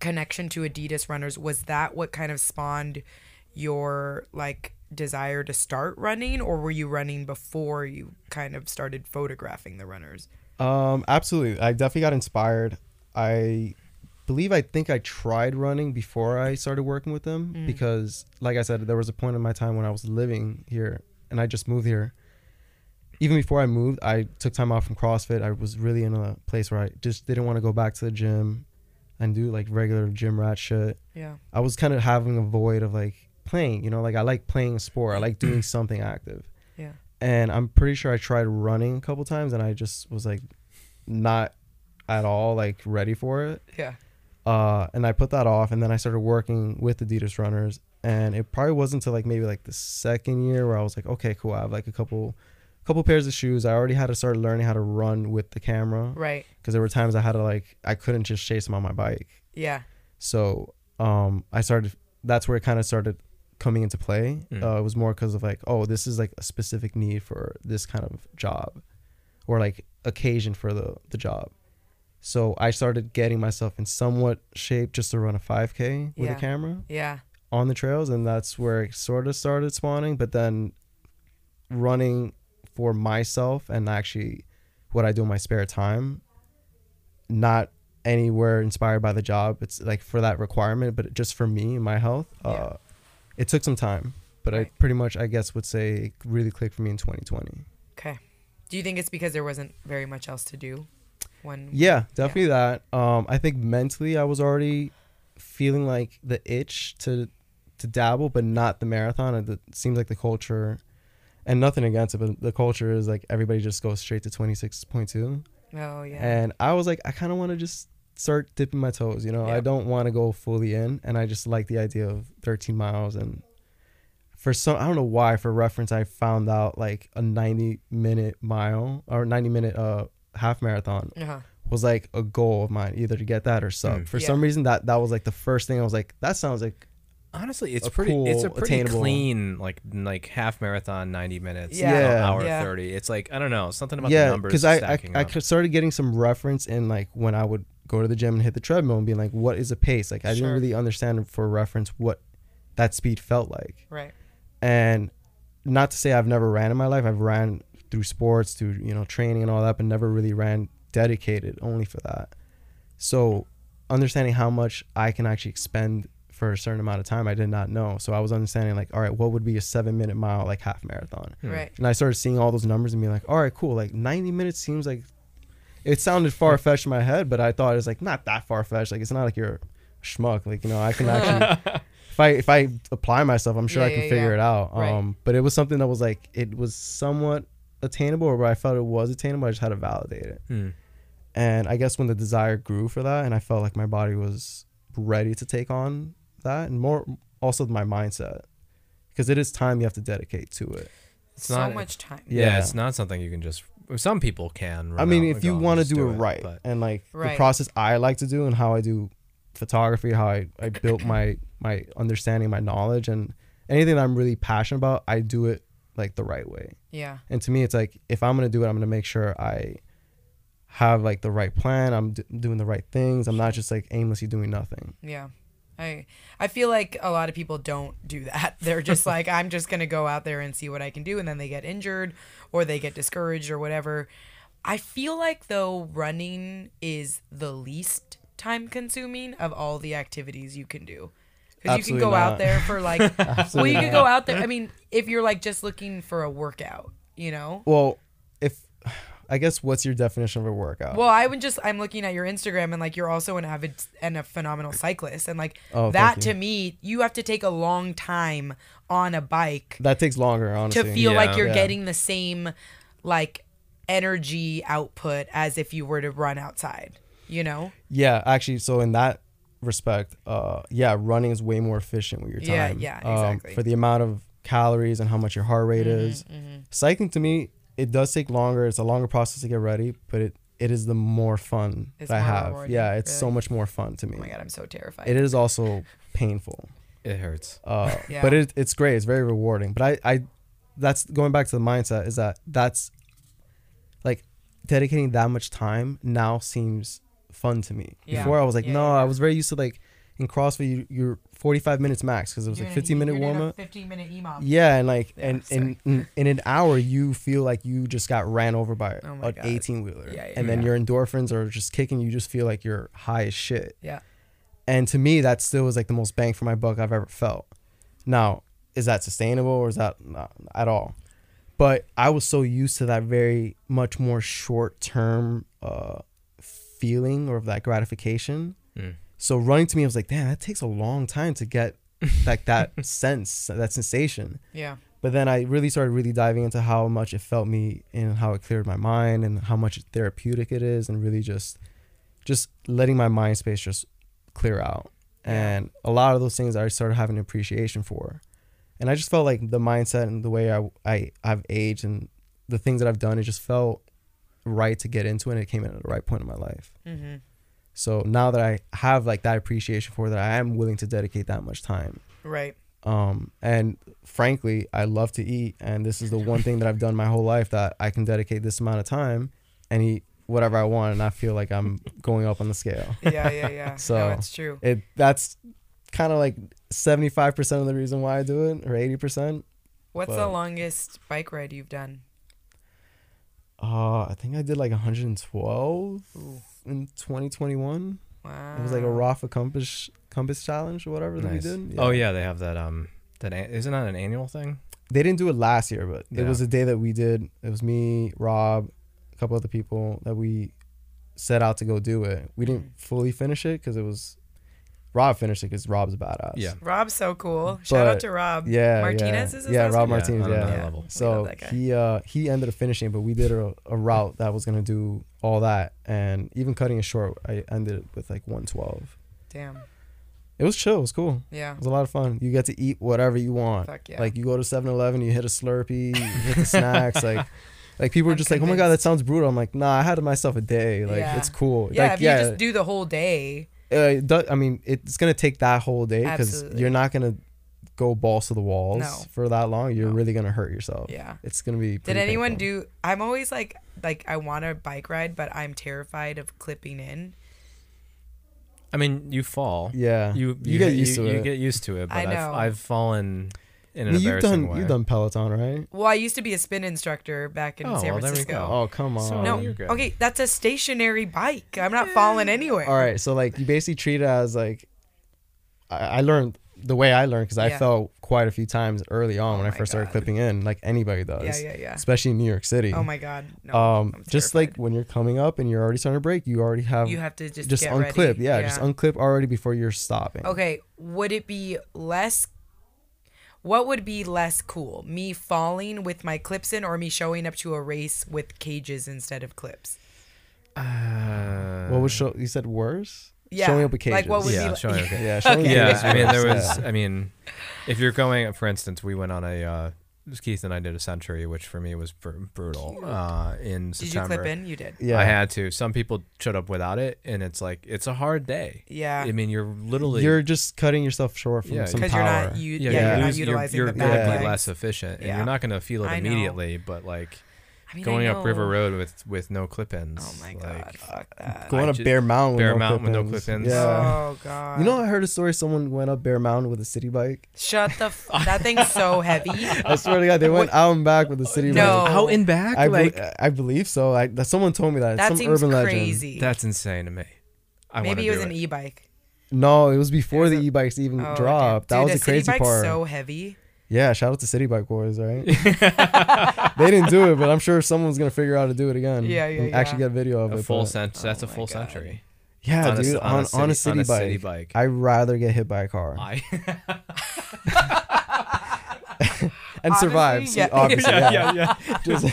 connection to Adidas runners, was that what kind of spawned your like desire to start running or were you running before you kind of started photographing the runners? Um, absolutely. I definitely got inspired. I believe I think I tried running before I started working with them because, like I said, there was a point in my time when I was living here and I just moved here. Even before I moved, I took time off from CrossFit. I was really in a place where I just didn't want to go back to the gym and do like regular gym rat shit. Yeah. I was kind of having a void of like playing, you know, like I like playing a sport, I like doing something active Yeah. and I'm pretty sure I tried running a couple times and I just was like not at all like ready for it. Yeah. Uh, and I put that off and then I started working with Adidas runners and it probably wasn't until like maybe like the second year where I was like, okay, cool. I have like a couple couple pairs of shoes. I already had to start learning how to run with the camera Right. because there were times I had to like I couldn't just chase them on my bike. Yeah. So um, I started. That's where it kind of started coming into play. Mm. Uh, it was more because of like, oh, this is like a specific need for this kind of job, or like occasion for the the job. So I started getting myself in somewhat shape just to run a 5K with Yeah. a camera Yeah. on the trails, and that's where it sort of started spawning. But then running for myself and actually what I do in my spare time, not anywhere inspired by the job. It's like for that requirement, but just for me and my health, uh, it took some time. But I Right. pretty much, I guess, would say it really clicked for me in 2020. Okay. Do you think it's because there wasn't very much else to do? When Yeah, definitely that. Um, I think mentally, I was already feeling like the itch to to dabble, but not the marathon. It seems like the culture, and nothing against it, but the culture is like everybody just goes straight to twenty six point two, Oh yeah. and I was like, I kind of want to just start dipping my toes. You know, I Yep. don't want to go fully in, and I just like the idea of thirteen miles and. For some, I don't know why. For reference, I found out like a ninety-minute mile or ninety-minute uh half marathon Uh, uh-huh. was like a goal of mine, either to get that or sub. Mm. For Yeah. some reason, that that was like the first thing I was like, that sounds like Honestly, it's A pretty. it's a cool, pretty attainable- clean, like like half marathon, ninety minutes, Yeah. an Yeah. hour Yeah. thirty. It's like I don't know, something about the yeah, numbers because I I, stacking I up. started getting some reference in like when I would go to the gym and hit the treadmill and being like, what is a pace? Like Sure. I didn't really understand for reference what that speed felt like, Right. and not to say I've never ran in my life. I've ran through sports, through you know training and all that, but never really ran dedicated only for that. So understanding how much I can actually expend for a certain amount of time, I did not know. So I was understanding like, all right, what would be a seven minute mile like half marathon? hmm. Right. And I started seeing all those numbers and being like, all right, cool. Like 90 minutes seems like it sounded far fetched in my head, but I thought it was like not that far fetched. Like it's not like you're a schmuck. Like, you know, I can actually if I if I apply myself, I'm sure Yeah, I can yeah, figure yeah. it out. Right. Um but it was something that was like it was somewhat attainable or where I felt it was attainable. I just had to validate it. Hmm. And I guess when the desire grew for that, and I felt like my body was ready to take on that, and more also my mindset, because it is time you have to dedicate to it. It's so not- much time. yeah. Yeah. it's not something you can just. Some people can. I run mean, out if and you go and want to just do, it right, but and like Right. the process I like to do, and how I do photography, how I, I built my my understanding, my knowledge, and anything that I'm really passionate about, I do it like the right way. Yeah. And to me, it's like if I'm gonna do it, I'm gonna make sure I have like the right plan. I'm d- doing the right things. I'm not just like aimlessly doing nothing. Yeah. I I feel like a lot of people don't do that. They're just like I'm just going to go out there and see what I can do and then they get injured or they get discouraged or whatever. I feel like though running is the least time consuming of all the activities you can do. Cuz you can Absolutely go out not. there for like well Absolutely you could not. go out there I mean if you're like just looking for a workout, you know? Well, if I guess what's your definition of a workout? Well, I would just I'm looking at your Instagram and like you're also an avid and a phenomenal cyclist and like Oh, that thank to you. me you have to take a long time on a bike that takes longer, honestly. to feel like Yeah. you're Yeah. getting the same like energy output as if you were to run outside, you know? Yeah, actually, so in that respect, uh, yeah, running is way more efficient with your Yeah, time. yeah, um, exactly. Mm-hmm, for the amount of calories and how much your heart rate is, cycling to me, it does take longer. It's a longer process to get ready, but it it is the more fun It's that I more have. rewarding, yeah, it's so really. much more fun to me. Oh my god, I'm so terrified. It is also painful, it hurts. uh, Yeah. but it, it's great. It's very rewarding. But I, I, that's going back to the mindset is that that's like dedicating that much time now seems fun to me. Yeah. Before I was like, Yeah, no, yeah, I was very used to like in CrossFit, you, you're 45 minutes max because it was You're like doing a- 15 minute you're doing warm a up. 15 minute EMOM. Yeah, and like Yeah, and in, sorry. in in an hour you feel like you just got ran over by Oh my an God. 18 wheeler. Yeah, yeah, and then yeah. your endorphins are just kicking, you just feel like you're high as shit. Yeah. And to me that still was like the most bang for my buck I've ever felt. Now, is that sustainable or is that not at all? But I was so used to that very much more short term uh feeling or of that gratification. Mm. So running to me I was like, damn, that takes a long time to get like that sense, that sensation Yeah. but then I really started really diving into how much it felt me and how it cleared my mind and how much therapeutic it is and really just just letting my mind space just clear out and a lot of those things I started having appreciation for and I just felt like the mindset and the way I I have aged and the things that I've done, it just felt right to get into it. And it came in at the right point in my life. Mhm. So now that I have like that appreciation for that, I am willing to dedicate that much time. Right. Um, and frankly, I love to eat, and this is the one thing that I've done my whole life that I can dedicate this amount of time and eat whatever I want, and not feel like I'm going up on the scale. Yeah, yeah, yeah. So- no, it's true. It that's kind of like seventy five percent of the reason why I do it, or eighty percent. What's the but- longest bike ride you've done? Uh, I think I did like 112 Ooh. in 2021. Wow. It was like a Rafa Compass Compass challenge or whatever Nice. that we did. Oh yeah, they have that. Um, that an- isn't that an annual thing? they didn't do it last year, but Yeah. it was a day that we did. It was me, Rob, a couple other people that we set out to go do it. We didn't Mm. fully finish it because it was Rob finished it because Rob's a badass. Yeah. Rob's so cool. Shout out But- to Rob. yeah, Martinez yeah. is his yeah, last Rob name? Yeah, Martinez, on yeah. another Yeah. level. So that guy. he uh, he ended up finishing, but we did a, a route that was gonna do all that, and even cutting it short, I ended it with like 112. Damn. It was chill. It was cool. Yeah. It was a lot of fun. You get to eat whatever you want. Fuck yeah. Like you go to 7-Eleven, you hit a Slurpee, you hit the snacks. Like, like people are I'm just like, oh my god, that convinced. sounds brutal. I'm like, nah, I had myself a day. Like Yeah. it's cool. yeah, like if you just do the whole day. uh, it do- I mean, it's gonna take that whole day because Absolutely. you're not gonna go balls to the walls No. for that long. You're No. really gonna hurt yourself. Yeah. It's gonna be. Did anyone do I'm always like like I want a bike ride, but I'm terrified of clipping in. I mean, you fall. Yeah. You, you, get used to you it. get used to it. But I I know. have I've fallen in I an mean, you've embarrassing done. way. You've done Peloton, right? Well, I used to be a spin instructor back in Oh, San well, there we Francisco. go. Oh come on. So- No. you're good. Okay, that's a stationary bike. I'm not falling anywhere. All right. So like, you basically treat it as like. I, I learned the way I learned because I Yeah. fell quite a few times early on Oh when I my first started God. clipping in, like anybody does. Yeah, yeah, yeah. Especially in New York City. Oh my god. No. um, I'm just terrified. like when you're coming up and you're already starting to break, you already have you have to just just get unclip. ready. Yeah, just unclip already before you're stopping. Okay, would it be less? What would be less cool? Me falling with my clips in, or me showing up to a race with cages instead of clips? Uh, What was show? You said worse. Yeah, Showing up with cages. like, what would yeah, be- sure, okay. Yeah, showing up with yeah, cages I mean, there worse, was. yeah. I mean, if you're going, for instance, we went on a. Uh, it was Keith and I did a century, which for me was br- brutal. Uh, in Did September, you clip in? You did. Yeah. I had to. Some people showed up without it, and it's like it's a hard day. Yeah. I mean, you're literally You're just cutting yourself short from Yeah, some Because power. you're not you. Yeah, you you're not lose- utilizing you're, the you're back gonna be legs. less efficient, and Yeah. you're not going to feel it I know. immediately. But like I mean, I going up know. River Road with with no clip-ins. Oh my like, uh, god! Fuck that. Going I up ju- Bear Mountain. Bear with no Mountain with no clip-ins. clip-ins. Yeah. Oh god! You know, I heard a story. Someone went up Bear Mountain with a city bike. shut the. F- that thing's so heavy. I swear to God, they went out and back with a city No. bike. Out and back, I, be- like I believe so. I, that someone told me that. It's That some seems urban legend. crazy. that's insane to me. I wanna Maybe it was do an e-bike. No, it was before It was the a- e-bikes even Oh, dropped. damn. Mm, That Dude, was a the city crazy bike's part. So heavy. Yeah, shout out to City Bike Boys, right? they didn't do it, but I'm sure someone's gonna figure out how to do it again. Yeah, yeah, and Actually, yeah. get a video of a it. full but- cent. that's a Oh my full God. century. Yeah, on a- dude, on a on, on, city- a city on a bike. city bike. I'd rather get hit by a car I and survive. Honestly, yeah. so Obviously, yeah. yeah. Just,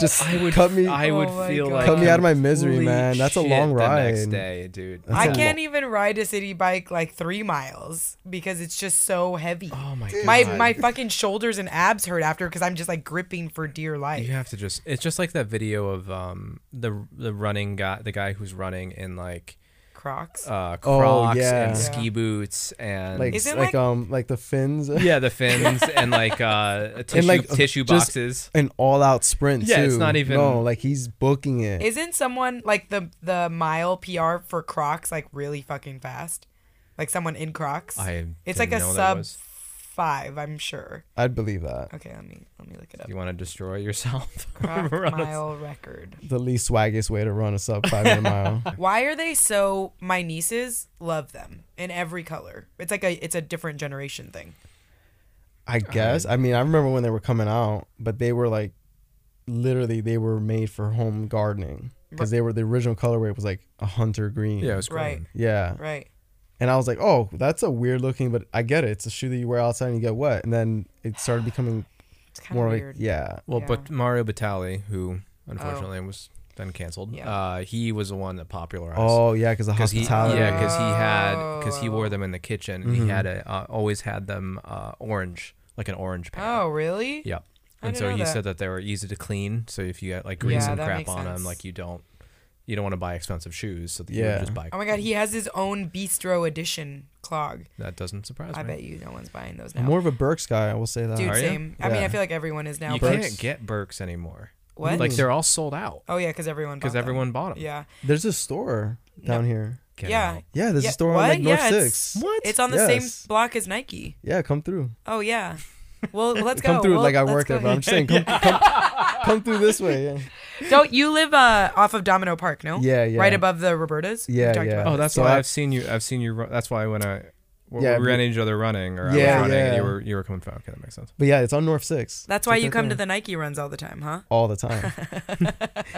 just cut me, I Oh would my feel God. like cut me out of my misery, holy man. That's a shit long ride. The next day, dude. That's I a can't even ride a city bike like three miles because it's just so heavy. Oh my god. my my fucking shoulders and abs hurt after because I'm just like gripping for dear life. You have to just. It's just like that video of um the the running guy, the guy who's running in like Crocs. uh Crocs Oh, yeah. and Yeah. ski boots and Like, Isn't, like, like- um, like the fins. yeah, the fins and like uh tissue like, tissue just- boxes. An all-out sprint Yeah, too. it's not even- No, like he's booking it. Isn't someone like the the mile PR for Crocs like really fucking fast? Like someone in Crocs. I it's like a didn't know that sub was- five, I'm sure. I'd believe that. Okay, let me let me look it up. You want to destroy yourself? Croc Run a- mile record. The least swaggiest way to run a sub five minute mile. Why are they so? My nieces love them in every color. It's like a it's a different generation thing. I guess. I mean, I remember when they were coming out, but they were like, literally, they were made for home gardening because they were the original colorway was like a hunter green. yeah, it was cool. Right. Yeah. Right. And I was like, oh, that's a weird looking, but I get it. It's a shoe that you wear outside and you get wet. And then it started becoming It's kind more of like, weird. yeah. Well, Yeah. but Mario Batali, who unfortunately was then canceled, Oh. Yeah. uh, he was the one that popularized. Oh, yeah, because the Because he, hospitality. yeah, because he had, because he Oh. wore them in the Mm-hmm. kitchen, and he had a, uh, always had them uh, orange, like an orange. Pattern. Oh, really? Yeah. And didn't so know he that. said that they were easy to clean. So if you got like grease Yeah, and that crap makes on them, sense. like you don't, you don't want to buy expensive shoes. So that you would Yeah. just buy. Oh my god, he has his own bistro edition clog. That doesn't surprise I me. bet you no one's buying those I'm now. more of a Burks guy. I will say that. Dude, Are you? same. I mean, I Yeah. feel like everyone is now. you but- Burks. can't get Burks anymore. What? Like they're all sold out oh yeah, because everyone. because bought them. everyone bought them. Yeah. There's a store down here. Get Yeah. out. Yeah, there's Yeah, a store what? on like North Yeah, it's- Six. What? It's on the Yes. same block as Nike. Yeah, come through. Oh yeah. Well, let's go. come through Well, like I let's work go there, but I'm ahead. just saying come, come, come through this way. Yeah, Don't you live uh, off of Domino Park? No. Yeah, yeah. Right above the Robertas. We Yeah, talked yeah. about Oh, that's So why I- I've seen you. I've seen you. ru- That's why when I when Yeah, we ran but- into each other running, or I was Yeah, running, and you yeah. were you were coming from. Okay, that makes sense. But yeah, it's on North Six. That's It's Oh, why like you right come to there. the Nike runs all the time, huh? all the time.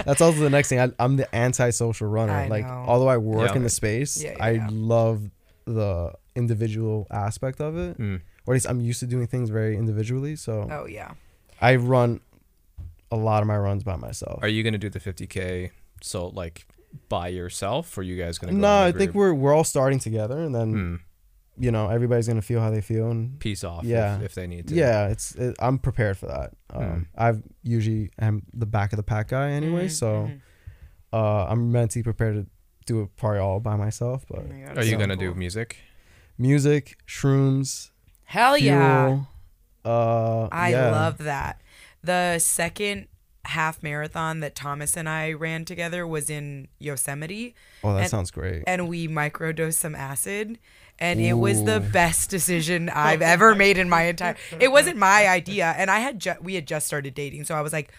That's also the next thing. I, I'm the anti-social runner. I like know. although I work Yeah. in the space, Yeah, yeah, I yeah. love the individual aspect of it. Mm. Or at least I'm used to doing things very individually. So Oh yeah. I run a lot of my runs by myself. Are you gonna do the 50k? So like by yourself? Or are you guys gonna? Go No, in a I think group? we're we're all starting together, and then Mm. you know everybody's gonna feel how they feel, and Peace off. Yeah. If, if they need to. yeah, it's it, I'm prepared for that. Um, I've usually am the back of the pack guy anyway, Mhm, so mhm. uh, I'm mentally prepared to do it probably all by myself. But Oh my God, Are you so gonna do cool. music? music, shrooms, Hell yeah. fuel, uh, I yeah. love that. The second half marathon that Thomas and I ran together was in Yosemite, Oh, that and- sounds great. and we microdosed some acid, and it was the best decision I've ever made in my entire. It wasn't my idea, and I had ju- we had just started dating, so I was like,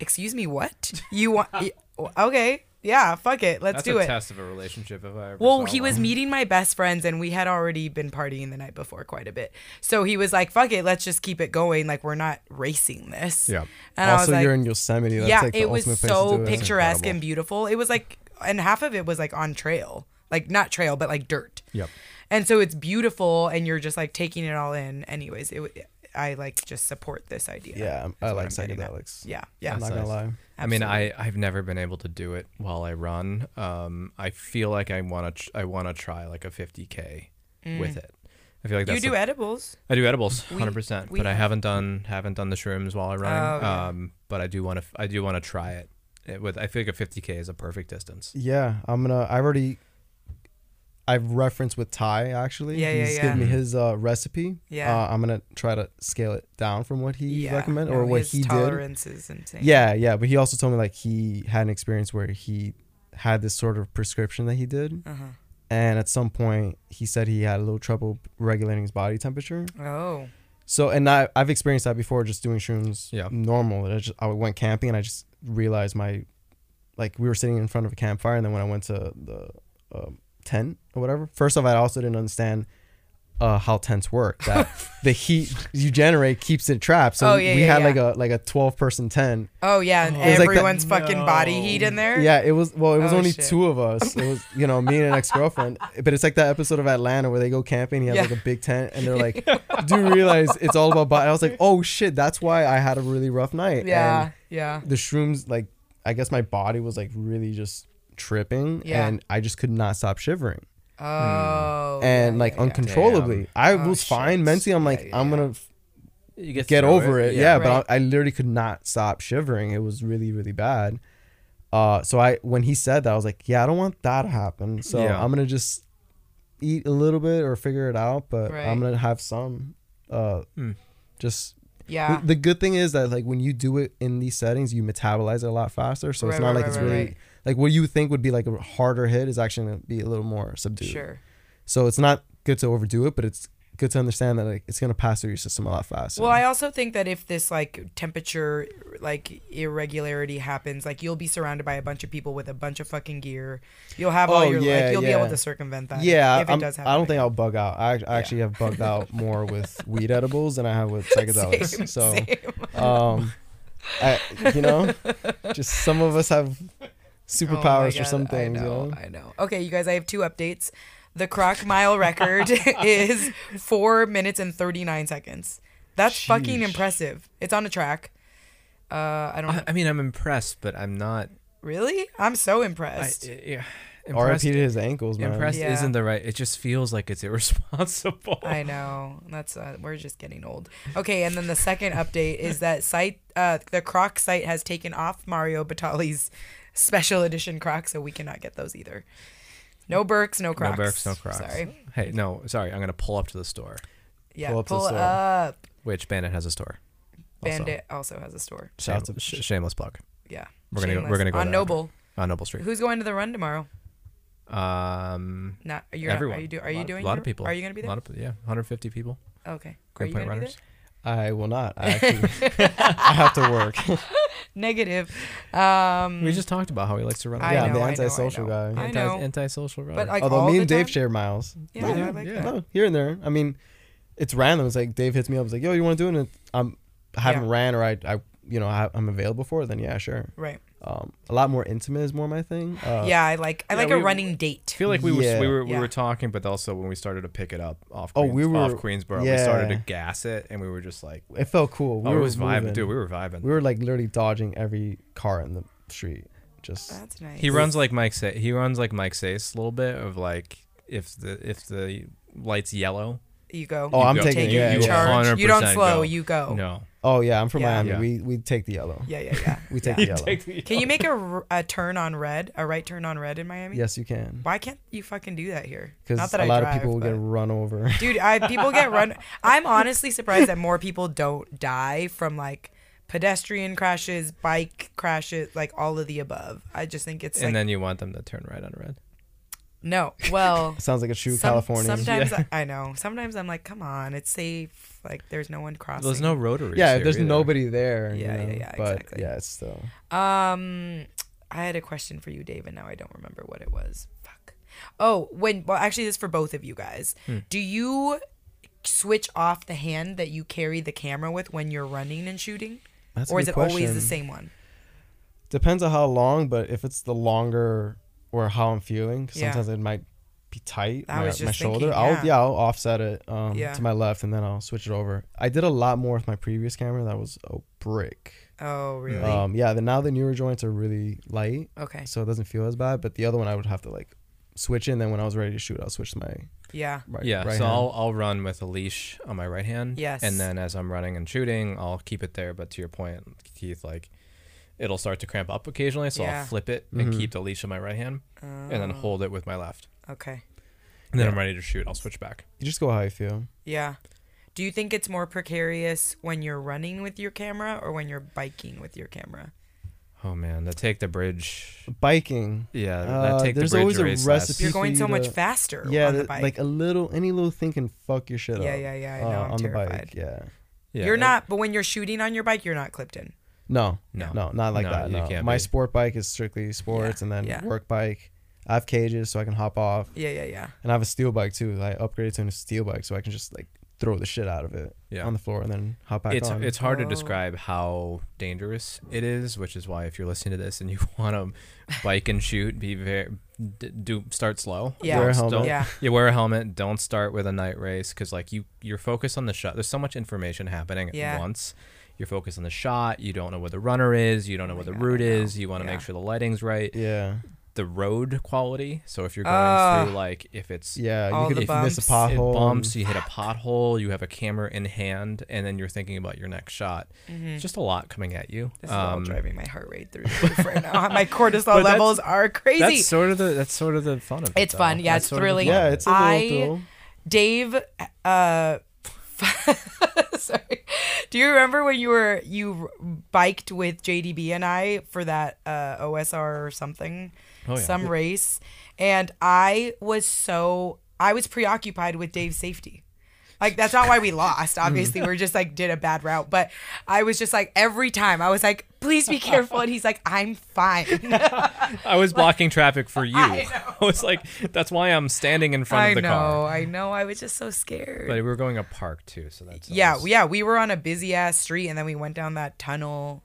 "Excuse me, what you want? y- Okay, yeah, fuck it, let's That's do a it." test of a relationship. If I ever Well, saw he one. was meeting my best friends, and we had already been partying the night before quite a bit. So he was like, "Fuck it, let's just keep it going. Like we're not racing this." Yeah. And I was also, like, you're in Yosemite. That's "Yeah, like the it was ultimate place so to do it. picturesque Incredible. and beautiful. It was like, and half of it was like on trail, like not trail, but like dirt. Yep. And so it's beautiful, and you're just like taking it all in. Anyways, it. w- I like just support this idea. Yeah, is I what like I'm getting at. psychedelics. Yeah, yeah. I'm not nice. gonna lie. I mean, I I've never been able to do it while I run. Um, I feel like I want to I want to try like a 50k with it. I feel like Mm. you that's do the- edibles. I do edibles, We- hundred percent. we But I have- haven't done haven't done the shrooms while I run. Oh, yeah. Um, but I do want to I do want to try it. it. With I feel like a fifty k is a perfect distance. Yeah, I'm gonna. I've already. I've referenced with Ty actually. Yeah, yeah, He's yeah. given me his uh, recipe. Yeah. Uh, I'm gonna try to scale it down from what he Yeah, recommended no, or what his he did. tolerance is insane. Yeah, yeah. But he also told me like he had an experience where he had this sort of prescription that he did, Uh-huh. and at some point he said he had a little trouble regulating his body temperature. Oh. So, and I, I've experienced that before, just doing shrooms. Yeah. Normal. I just I went camping and I just realized my, like we were sitting in front of a campfire, and then when I went to the um, tent or whatever, first off, I also didn't understand. Uh, how tents work that the heat you generate keeps it trapped so Oh, yeah, we yeah, had yeah. like a like a 12 person tent Oh yeah, and It was like the- everyone's fucking body No. heat in there. yeah, it was. Well, it was Oh, only shit. two of us. It was, you know, me and an ex girlfriend. But it's like that episode of Atlanta where they go camping. He has Yeah. like a big tent, and they're like, "Do you realize it's all about?" Body? I was like, "Oh shit, that's why I had a really rough night." Yeah, yeah. And the shrooms, like, I guess my body was like really just tripping, Yeah. and I just could not stop shivering Oh. Hmm. and yeah, like yeah, yeah. uncontrollably. I Oh, was fine shit. mentally. I'm Yeah, like, yeah, I'm yeah. gonna f- You get get over it. Yeah, Right. but I, I literally could not stop shivering. It was really, really bad. Uh, so I when he said that, I was like, yeah, I don't want that to happen. So Yeah. I'm gonna just eat a little bit or figure it out, but Right. I'm gonna have some. Uh, Hmm. just Yeah. the, the good thing is that like when you do it in these settings, you metabolize it a lot faster. So Right, it's not right, like right, it's right, really right. like what you think would be like a harder hit is actually gonna be a little more subdued. Sure. So it's not good to overdo it, but it's good to understand that like it's gonna pass through your system a lot faster. Well, I also think that if this like temperature like irregularity happens, like you'll be surrounded by a bunch of people with a bunch of fucking gear. You'll have all Oh, your yeah, like you'll yeah. be able to circumvent that. Yeah, if it I'm- does happen. I don't think I'll bug out. I, act- I actually have bugged out more with weed edibles than I have with psychedelics. Same, so, same. um, I, you know, just some of us have superpowers Oh my for some Oh God, I things. You know, know? I know. Okay, you guys, I have two updates. The croc mile record is four minutes and thirty nine seconds. That's fucking Sheesh. impressive. It's on a track. Uh, I don't I, I mean, I'm impressed, but I'm not. really. I'm so I, impressed. yeah, RIP impressed. to his ankles, man. Impressed Yeah. isn't the right. It just feels like it's irresponsible. I know. That's uh, we're just getting old. Okay, and then the second update is that site uh, the Croc site has taken off Mario Batali's special edition Crocs, so we cannot get those either. No Burks, no Crocs. No Burks, no Crocs. Sorry. Hey, no, sorry. I'm gonna pull up to the store. Yeah. Pull Pull up. up the store. Which Bandit has a store? Also. Bandit also has a store. Shout out Shame- to- sh- shameless plug. Yeah. We're gonna go- we're Shameless. gonna go on there. Noble. on Noble Street. Who's going to the run tomorrow? Um, Not you're. not- everyone. are you do? A Are you lot- doing? A lot your- of people. Are you gonna be A there? lot of, yeah, 150 people. okay. Are Great you gonna Point be Runners. there? I will not. I actually I have to work. Negative. Um, We just talked about how he likes to run. I Yeah, I'm know, the I know, I antisocial know. guy. I Anti- know. antisocial runner. But like Although all me the and time? Dave share miles. Yeah, No, I like yeah. that. No, here and there. I mean, it's random. It's like Dave hits me up. It's like, yo, you want to do it? And it- I'm, I haven't Yeah. ran or I, I, you know, I, I'm available for it. Then yeah, sure. Right. Um, a lot more intimate is more my thing. Uh, yeah, I like. I yeah, like a we- running I date. feel like we Yeah. were we were, we Yeah. were talking, but also when we started to pick it up off Oh, Queens, we off were- Queensboro, we yeah. started to gas it, and we were just like, It felt cool. We oh, were it was vibing, moving. dude. We were vibing. We were like literally dodging every car in the street. Just That's nice. he runs like Mike. Sa- he runs like Mike Sace a little bit of like if the if the lights yellow. You go. oh, You I'm go. taking take you- yeah, it. You yeah. charge. You don't 100% slow. go. You go. No, Oh yeah, I'm from Yeah. Miami. Yeah. We we take the yellow. Yeah, yeah, yeah. We take Yeah. the yellow. Can you make a, r- a turn on red? A right turn on red in Miami? yes, you can. Why can't you fucking do that here? Not Because that a I lot drive, of people will but- get run over. Dude, I people get run. I'm honestly surprised that more people don't die from like pedestrian crashes, bike crashes, like all of the above. I just think it's and like then you want them to turn right on red. no. Well, Sounds like a true some- California. sometimes I, I know. Sometimes I'm like, come on, it's safe. Like there's no one crossing. There's no rotaries. yeah, here there's either. nobody there. you Yeah, yeah, know, yeah, But exactly. yeah, it's still. Um, I had a question for you, Dave, and now I don't remember what it was. Fuck. Oh, when well, actually, this is for both of you guys. Hmm. Do you switch off the hand that you carry the camera with when you're running and shooting, That's a or good is it always the question. same one? Depends on how long, but if it's the longer or how I'm feeling, 'cause Yeah. sometimes it might be tight. I my, was just my shoulder. thinking, I'll yeah. yeah, I'll offset it um, Yeah. to my left and then I'll switch it over. I did a lot more with my previous camera. That was a brick. Oh, really? Um, yeah. The, now the newer joints are really light, okay. so it doesn't feel as bad. But the other one, I would have to like switch in. Then when I was ready to shoot, I'll switch to my Yeah. right. Yeah, right so hand. I'll I'll run with a leash on my right hand. Yes. And then as I'm running and shooting, I'll keep it there. But to your point, Keith, like it'll start to cramp up occasionally, so Yeah. I'll flip it Mm-hmm. and keep the leash on my right hand, and then hold it with my left. Oh, Okay. And then I'm Yeah. ready to shoot. I'll switch back. you just go how you feel. Yeah. Do you think it's more precarious when you're running with your camera or when you're biking with your camera? Oh man, the take the bridge. Biking. Yeah, Uh, that take there's the bridge always a race recipe. You're for going you so much to- faster Yeah, on the th- bike. like a little, any little thing can fuck your shit up. Yeah, yeah, yeah, uh, I know, I'm terrified. Yeah. Yeah, you're it- not, but when you're shooting on your bike, you're not clipped in. No, No. no, not like No, that. you No. can't My be. sport bike is strictly sports, Yeah, and then yeah. work bike. I have cages, so I can hop off, Yeah, yeah, yeah. and I have a steel bike too. I upgraded to a steel bike, so I can just like throw the shit out of it Yeah. on the floor and then hop back it's on. it's hard to Oh. describe how dangerous it is, which is why if you're listening to this and you want to bike and shoot, be very d- do start slow. Yeah. Wear a Don't- helmet. don't- Yeah. You wear a helmet. Don't start with a night race because like you you're focused on the shot. There's so much information happening Yeah. at once. You're focused on the shot. You don't know where the runner is. You don't know Oh my where the God, I route know. is. You want to Yeah. make sure the lighting's right. yeah, The road quality. So if you're going Ah. through like if it's yeah. All You could the if you miss a bumps. It it pothole. bumps, you hit a pothole, you have a camera in hand, and then you're thinking about your next shot. It's just a lot coming at you. Mm-hmm. This is all Um, driving my heart rate through the roof right now. My cortisol that's- levels are That's crazy. sort of the that's sort of the fun of it. It's fun. though. Yeah, That's it's sort of the thrilling. fun of yeah, it. it's a little I- thrill. Dave, uh, sorry. Do you remember when you were you biked with JDB and I for that uh, OSR or something, Oh, yeah. some race, and I was so I was preoccupied with Dave's safety. Like that's not why we lost. Mm-hmm. Obviously, we're just like did a bad route. But I was just like every time I was like, please be careful, and he's like, I'm fine. I was blocking traffic for you. I, was like, that's why I'm standing in front I of the know, car. I know. I was just so scared. But we were going a park too, so that's yeah, always- yeah, we were on a busy ass street and then we went down that tunnel.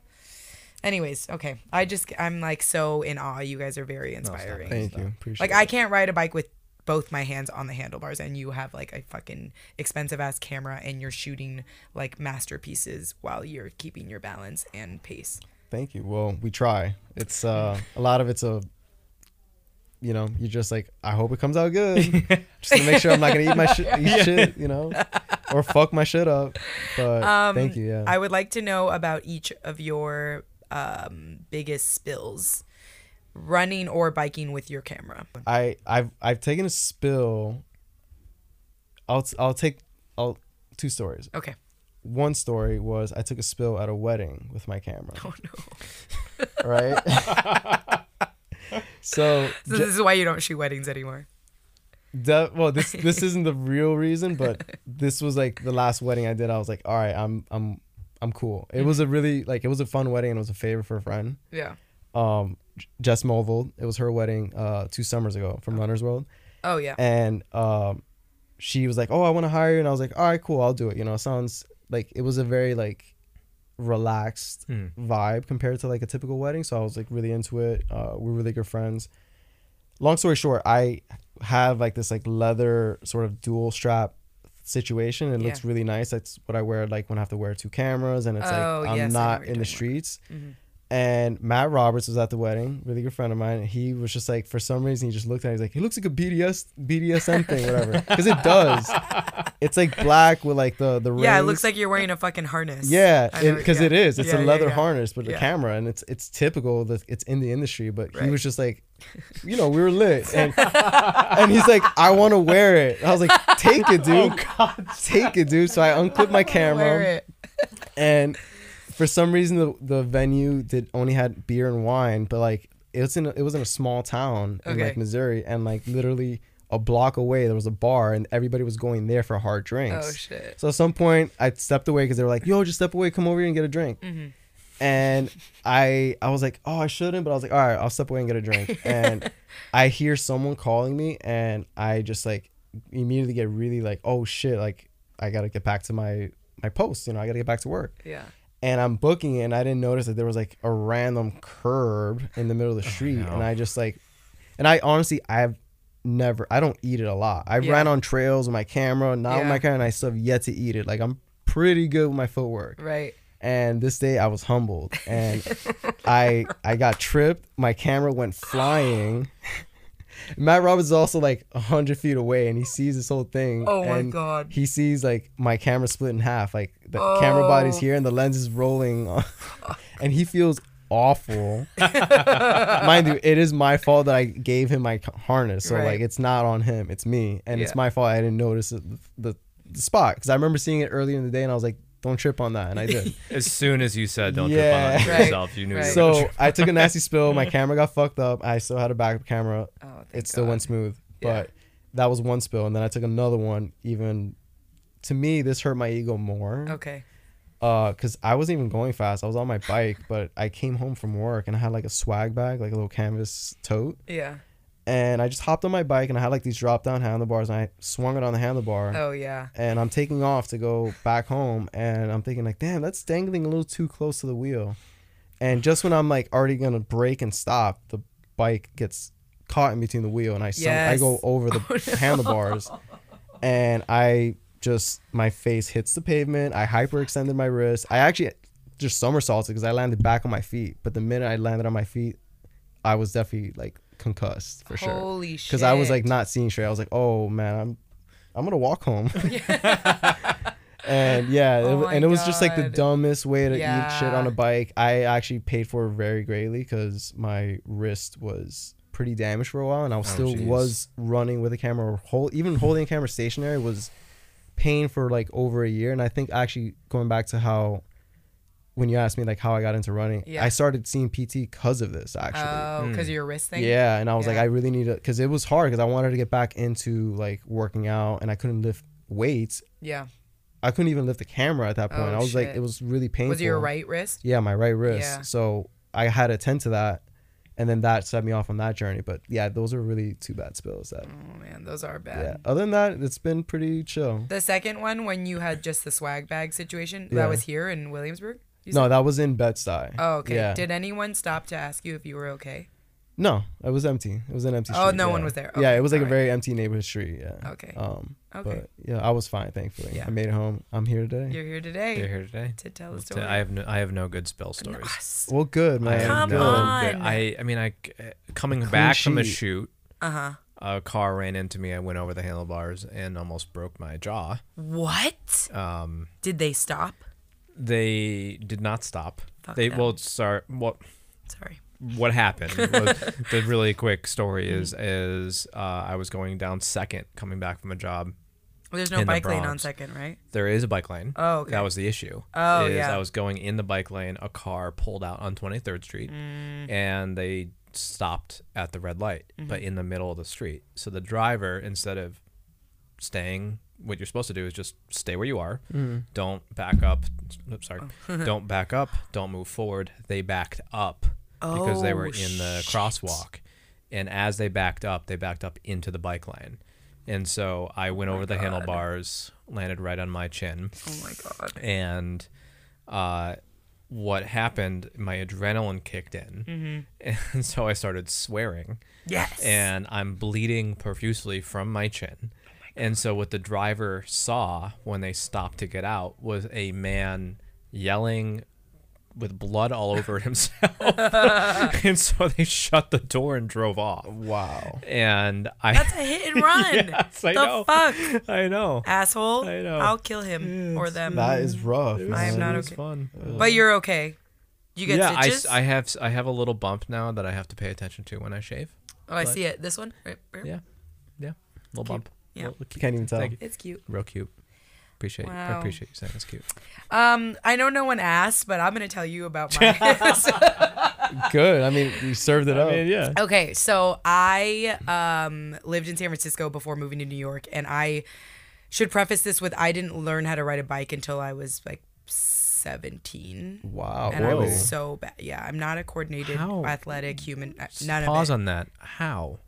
Anyways, okay. I just I'm like so in awe. You guys are very inspiring. Thank you. Appreciate like I can't ride a bike with both my hands on the handlebars and you have like a fucking expensive ass camera and you're shooting like masterpieces while you're keeping your balance and pace. Thank you. Well, we try. It's uh, a lot of it's a you know, you're just like, I hope it comes out good. just to make sure I'm not gonna eat my shit, eat shit, you know, or fuck my shit up. But thank you. Yeah. Um, I would like to know about each of your um, biggest spills, running or biking with your camera. I I've I've taken a spill. I'll t- I'll take I'll two stories. Okay. One story was I took a spill at a wedding with my camera, Oh no. right? so So this is why you don't shoot weddings anymore. de- well, this this isn't the real reason, but this was like the last wedding I did. I was like, all right, I'm I'm I'm cool. It was a really like it was a fun wedding and it was a favor for a friend. Yeah. Um, J- Jess Mulvold. It was her wedding uh two summers ago from Runner's World. Oh yeah. and um, she was like, "Oh, I want to hire you," and I was like, "All right, cool, I'll do it." You know, it sounds like it was a very like relaxed vibe compared to like a typical wedding, so I was like really into it. Uh, we're really good friends. Long story short, I have like this like leather sort of dual strap situation. It looks Yeah. really nice. That's what I wear like when I have to wear two cameras, and it's Oh, like yes, I I'm know what not you're in talking about. the Mm-hmm. streets. And Matt Roberts was at the wedding, really good friend of mine. and He was just like, for some reason, he just looked at. It, he's like, it looks like a BDS BDSM thing, whatever, because it does. It's like black with like the the yeah, it rings. looks like you're wearing a fucking harness. yeah, I know what- because yeah. it is. It's Yeah, a yeah, leather yeah. harness, but Yeah. a camera, and it's it's typical that it's in the industry. But he Right. was just like, you know, we were lit, and, and he's like, I want to wear it. I was like, take it, dude, take it, dude. So I unclipped my camera Wear it. and for some reason the, the venue did only had beer and wine but like it was in a, it was in a small town in Okay. like missouri and like literally a block away there was a bar and everybody was going there for hard drinks Oh shit. so at some point i stepped away because they were like yo just step away come over here and get a drink and i i was like oh i shouldn't but i was like all right i'll step away and get a drink and i hear someone calling me and i just like immediately get really like oh shit like i gotta get back to my my post you know i gotta get back to work Yeah. and I'm booking it, and I didn't notice that there was like a random curb in the middle of the street, and I just like, and I honestly I've never I don't eat it a lot. I Yeah. ran on trails with my camera, not with Yeah. my camera, and I still have yet to eat it. Like I'm pretty good with my footwork, Right. and this day I was humbled, and I I got tripped. My camera went flying. Matt Roberts is also like hundred feet away, and he sees this whole thing. Oh my and God. He sees like my camera split in half, like the camera body's Oh. here and the lens is rolling, and he feels awful. Mind you, it is my fault that I gave him my c- harness, so Right. like it's not on him, it's me, and Yeah. it's my fault I didn't notice the, the, the spot because I remember seeing it earlier in the day, and I was like, "Don't trip on that," and I did. As soon as you said don't Yeah. trip on Right. yourself, you knew. Right. you were- So I took a nasty spill. My camera got fucked up. I still had a backup camera. Oh, thank it still God. went smooth, Yeah. but that was one spill, and then I took another one. Even to me, this hurt my ego more. Okay. Oh. Uh, cause I wasn't even going fast. I was on my bike, but I came home from work and I had like a swag bag, like a little canvas tote, Yeah. and I just hopped on my bike and I had like these drop down handlebars and I swung it on the handlebar Oh yeah. and I'm taking off to go back home, and I'm thinking like, damn, that's dangling a little too close to the wheel, and just when I'm like already gonna brake and stop, the bike gets caught in between the wheel, and I some- I Yes. Oh, go over the handlebars, and I just my face hits the pavement. I hyperextended my wrist. I actually just somersaulted because I landed back on my feet, but the minute I landed on my feet, I was definitely like concussed for sure Holy shit. because I was like not seeing straight. I was like, oh man, I'm I'm gonna walk home. and yeah, Oh it, my and it was just like the God. dumbest way to eat shit Yeah. on a bike. I actually paid for it very greatly because my wrist was pretty damaged for a while, and I was still jeez. was running with a camera. Or hold, even holding a camera stationary was pain for like over a year. And I think actually going back to how. When you asked me like how I got into running, Yeah. I started seeing PT because of this actually. Oh, because of your wrist thing. Mm. Yeah, and I was like, Yeah. I really need to, because it was hard because I wanted to get back into like working out, and I couldn't lift weights. Yeah. I couldn't even lift the camera at that point. Oh, I was like, shit. it was really painful. Was it your right wrist? Yeah, my right wrist. Yeah. So I had to attend to that, and then that set me off on that journey. But yeah, those are really two bad spills. That Oh man, those are bad. yeah. Other than that, it's been pretty chill. The second one, when you had just the swag bag situation, Yeah. that was here in Williamsburg. You No, said? that was in Bed Stuy. Oh, okay. Yeah. Did anyone stop to ask you if you were okay? no, it was empty. It was an empty. Oh, street, no yeah. one was there. yeah, Okay, it was like a alright. very empty neighborhood street. Yeah. Okay. Um. Okay. But yeah, I was fine, thankfully. Yeah. I made it home. I'm here today. You're here today You're here today. to tell the To- story. I have no, I have no good spell stories. Us. Well, good I man. have Come no good. on. good- I I mean I uh, coming back from a sheet. shoot. Uh huh. A car ran into me. I went over the handlebars and almost broke my jaw. What? Um, Did they stop? they did not stop. Fuck they them. well, sorry. What Sorry. what happened? was, the really quick story is is uh, I was going down second, coming back from a job. There's no In the bike lane on Bronx. second, right? There is a bike lane. Oh, okay. That was the issue. Oh, is yeah. I was going in the bike lane. A car pulled out on 23rd Street, Mm. and they stopped at the red light, but Mm-hmm. in the middle of the street. So the driver, instead of staying, what you're supposed to do is just stay where you are. Don't back up. Oops, sorry. Oh. don't back up. Don't move forward. They backed up because they were Oh, in the crosswalk, and as they backed up, they backed up into the bike lane. And so I went over the handlebars, landed right on my chin Oh my god. and uh, what happened my adrenaline kicked in Mm-hmm. and so i started swearing Yes. and i'm bleeding profusely from my chin and so what the driver saw when they stopped to get out was a man yelling with blood all over himself and so they shut the door and drove off Wow. and i That's a hit and run. Yes, I the know. fuck, i know asshole. I know. will kill him or them. That is rough. I am man. not it was okay. fun But you're okay. You get yeah, I, stitches. s- I have s- I have a little bump now that I have to pay attention to when I shave. oh, I see it. This one. Right, right. Yeah, yeah, little bump. Yeah. Little- cute. Can't even tell. Thank you. It's cute. Real cute. Appreciate. I Wow. appreciate you saying it's cute. Um, I know no one asked, but I'm gonna tell you about my. Good. I mean, you served it up. yeah. Okay, so I um, lived in San Francisco before moving to New York, and I should preface this with I didn't learn how to ride a bike until I was like 17. Wow. And I Whoa. was so bad. Yeah, I'm not a coordinated, Oh, How? athletic human. uh, None Pause of it. on that. How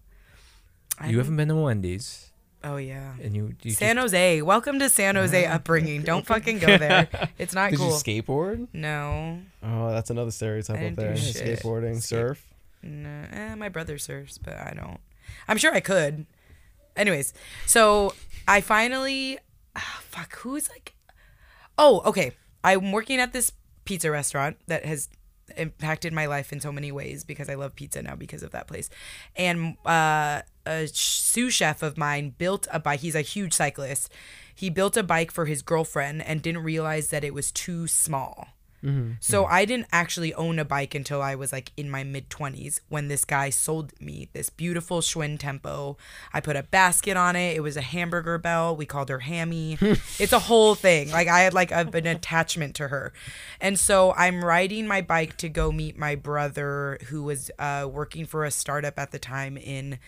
I you haven't been to Wendy's Oh yeah. and you, you San just, Jose. Welcome to San Jose upbringing. Don't fucking go there. It's not Did cool. you skateboard? no, Oh, that's another I stereotype up didn't do there. shit. Skateboarding, surf. No, eh, my brother serves, but I don't. I'm sure I could. Anyways, so I finally, ah, fuck, who's like, oh, okay. I'm working at this pizza restaurant that has impacted my life in so many ways because I love pizza now because of that place. And uh, a sh- sous chef of mine built a bike. He's a huge cyclist. He built a bike for his girlfriend and didn't realize that it was too small. So I didn't actually own a bike until I was like in my mid 20s when this guy sold me this beautiful Schwinn Tempo. I put a basket on it. It was a hamburger bell. We called her Hammy. it's a whole thing. Like I had like a, an attachment to her. And so I'm riding my bike to go meet my brother who was uh, working for a startup at the time in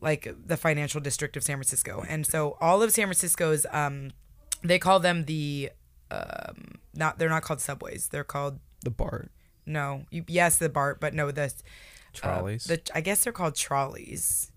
like the financial district of San Francisco. And so all of San Francisco's um they call them the um not they're not called subways. They're called The BART. no, you, yes the BART, but no the uh, Trolleys? the I guess they're called trolleys.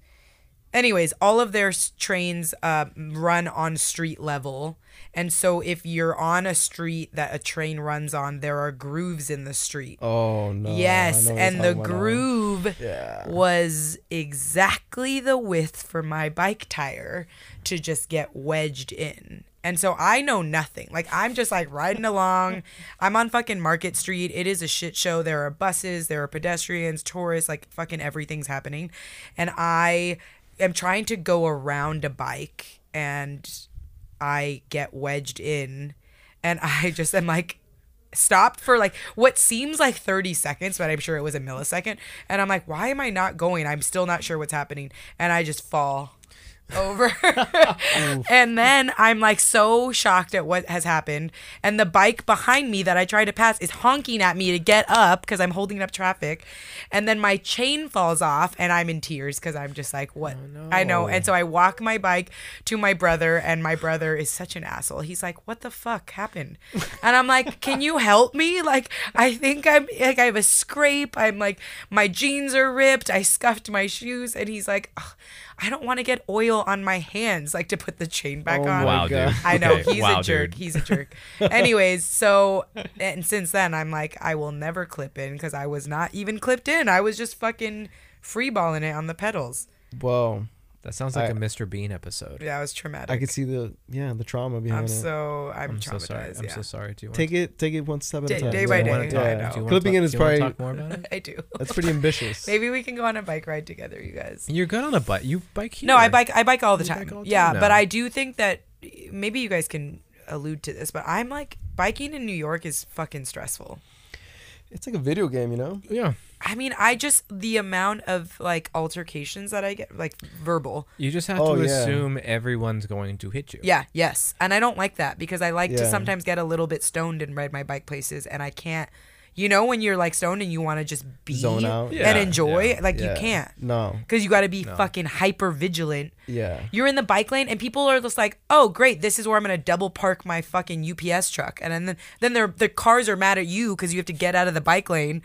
Anyways, all of their s- trains uh, run on street level. And so if you're on a street that a train runs on, there are grooves in the street. Oh no. I Yes, know what and you're the talking about now. groove Yeah. was exactly the width for my bike tire to just get wedged in. And so I know nothing. Like I'm just like riding along. I'm on fucking Market Street. It is a shit show. There are buses, there are pedestrians, tourists, like fucking everything's happening. And I am trying to go around a bike and I get wedged in and I just am like stopped for like what seems like 30 seconds, but I'm sure it was a millisecond. And I'm like, why am I not going? I'm still not sure what's happening. And I just fall over. and then I'm like so shocked at what has happened. And the bike behind me that I tried to pass is honking at me to get up because I'm holding up traffic. And then my chain falls off and I'm in tears because I'm just like, what? I know. And so I walk my bike to my brother, and my brother is such an asshole. He's like, what the fuck happened? And I'm like, can you help me? Like, I think I'm like, I have a scrape. I'm like, my jeans are ripped. I scuffed my shoes. And he's like, "Ugh, I don't want to get oil on my hands, like to put the chain back Oh on. my Wow, dude. God. I know Okay, he's wow, a jerk. dude. He's a jerk. Anyways, so and since then I'm like I will never clip in because I was not even clipped in. I was just fucking freeballing it on the pedals. Whoa. That sounds like I- a Mr. Bean episode. Yeah, it was traumatic. I could see the yeah the trauma behind I'm it. so I'm, I'm so traumatized. sorry. I'm yeah. so sorry. Do you want take it take it one step at Day- a time. day by Yeah. Do day, you wanna talk- I do you know. wanna Clipping talk- it is do you wanna probably- talk more about it? I do. That's pretty ambitious. Maybe we can go on a bike ride together, you guys. You're good on a bike. You bike here. No, I bike. I bike all the You time. bike all the yeah, time? but No. I do think that maybe you guys can allude to this, but I'm like biking in New York is fucking stressful. It's like a video game, you know. Yeah. I mean, I just the amount of like altercations that I get, like verbal. You just have Oh, to yeah. assume everyone's going to hit you. Yeah, yes, and I don't like that because I like to Yeah. sometimes get a little bit stoned and ride my bike places, and I can't. You know, when you're like stoned and you want to just be Zone out. Yeah, and enjoy, yeah, like Yeah. you can't No. because you got to be fucking hyper vigilant. Yeah. You're in the bike lane and people are just like, "Oh, great, this is where I'm gonna double park my fucking UPS truck," and then then their the cars are mad at you because you have to get out of the bike lane.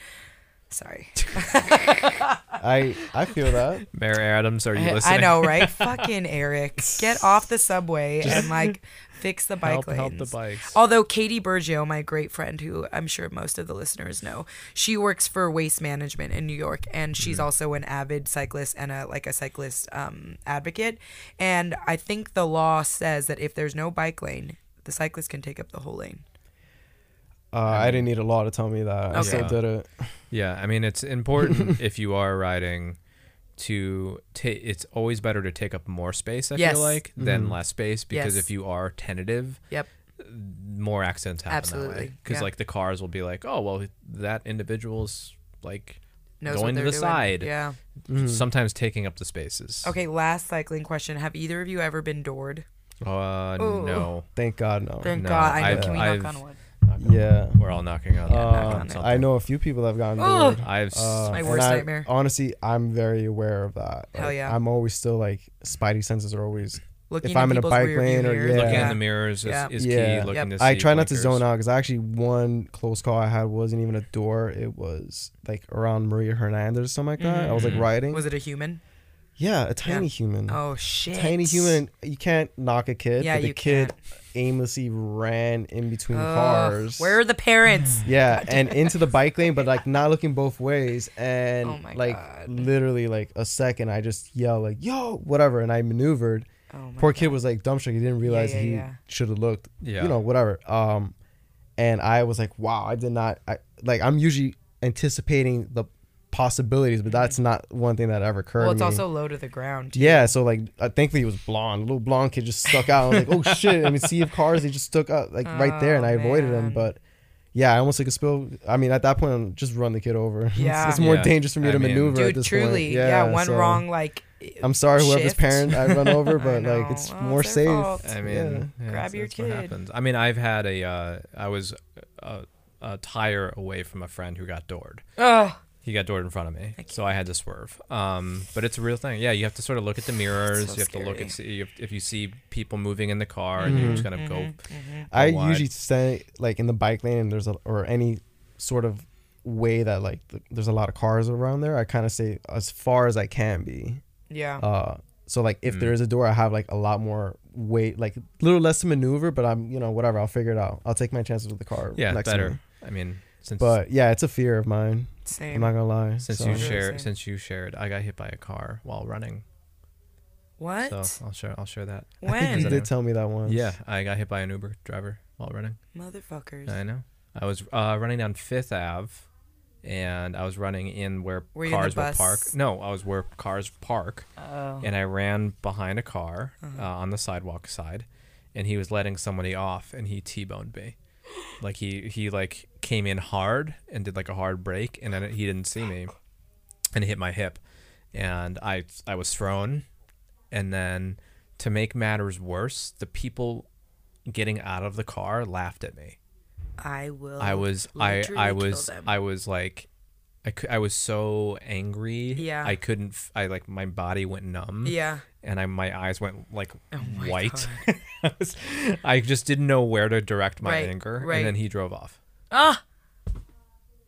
Sorry, I I feel that. Mayor Adams, are you I, listening? I know, right? fucking Eric, get off the subway and like fix the bike Help, lanes. help the bikes. Although Katie Bergio, my great friend, who I'm sure most of the listeners know, she works for Waste Management in New York, and Mm. she's also an avid cyclist and a like a cyclist um, advocate. And I think the law says that if there's no bike lane, the cyclist can take up the whole lane. Uh, I didn't need a law to tell me that. I Okay. still Yeah. did it. Yeah, I mean it's important if you are riding to take. It's always better to take up more space. I Yes. feel like Mm-hmm. than less space because Yes. if you are tentative, Yep. more accidents happen. Absolutely, Because yeah. like the cars will be like, oh well, that individual's like Knows what going to they're the doing. side. Yeah. Mm-hmm. Sometimes taking up the spaces. Okay. Last cycling question: Have either of you ever been doored? Uh, Ooh. no. Thank God, no. Thank Oh, no, God. I know. I've- can we I've- knock on wood? yeah. We're all knocking on. Yeah, knock Uh, on it. something. I know a few people that have gotten Oh. bored. I've. Uh, my and worst I- nightmare. Honestly, I'm very aware of that. Hell Like, yeah. I'm always still like spidey senses are always. Looking If at I'm in a people's bike rearview lane or- mirrors. yeah. Looking yeah. in the mirrors is, Yeah. is Yeah. key. Looking Yep. to I see try not to blinkers. zone out because actually one close call I had wasn't even a door. It was like around Maria Hernandez or something like that. I was like riding. Was it a human? yeah, a tiny human. Oh shit. Tiny human. You can't knock a kid. Yeah, but the you kid can't. aimlessly ran in between Ugh, cars. Where are the parents? Yeah, and into the bike lane, but like not looking both ways, and Oh my like God. literally like a second, I just yell like "Yo, whatever," and I maneuvered. Oh my Poor kid was like dumb shook. He didn't realize yeah, he yeah. should have looked. Yeah, Yeah. you know whatever. Um, and I was like, wow, I did not. I like I'm usually anticipating the possibilities, but that's not one thing that ever occurred. Mm-hmm. Well, to it's me. also low to the ground. too. Yeah, so like, uh, thankfully he was blonde. A little blonde kid just stuck out. I was like, oh shit! I mean, sea of cars. He just stuck out like right there, and Oh, I avoided man. him. But yeah, I almost like a spill. I mean, at that point, I'm just run the kid over. It's- Yeah. it's, more Yeah. dangerous for me I to mean- maneuver at Dude, this truly. point. Yeah, one so wrong like. I'm sorry, whoever's shift. parent I run over, I but like, know. it's Well, more it's their safe. fault. I Yeah. mean, yeah, Grab that's- your that's what kid. happens. I mean, I've had a, uh, I was a, a tire away from a friend who got doored. Ugh. He got doored in front of me, so I had to swerve. Um, but it's a real thing. Yeah, you have to sort of look at the mirrors. so you have to look scary. Mm-hmm. at see you have- if you see people moving in the car, and you're just gonna go. I wide. usually stay like in the bike lane, and there's a, or any sort of way that like th- there's a lot of cars around there. I kind of stay as far as I can be. Yeah. Uh, so like if Mm. there is a door, I have like a lot more weight, like a little less to maneuver. But I'm, you know, whatever. I'll figure it out. I'll take my chances with the car. Yeah, next to better. me. I mean, since But yeah, it's a fear of mine. I'm Same. not gonna lie. since So- you Sure, share same. since you shared, I got hit by a car while running. what? So I'll share I'll share that. I think you when? did tell me that once. Yeah, I got hit by an Uber driver while running. Motherfuckers. I know. I was uh, running down Fifth Ave, and I was running in where Were you in the cars were bus? parked. No, I was where cars park, Oh. Mm-hmm. and I ran behind a car uh on the sidewalk side, and he was letting somebody off, and he t-boned me. Like he he like came in hard and did like a hard break, and then he didn't see me, and hit my hip, and I I was thrown, and then to make matters worse, the people getting out of the car laughed at me. I will. I was I literally I kill was them. I was like I, cou- I was so angry. Yeah. I couldn't f- I like my body went numb. Yeah. Oh And I my eyes went like my white. I, was, I just didn't know where to direct my Right, anger right. and then he drove off. Ah.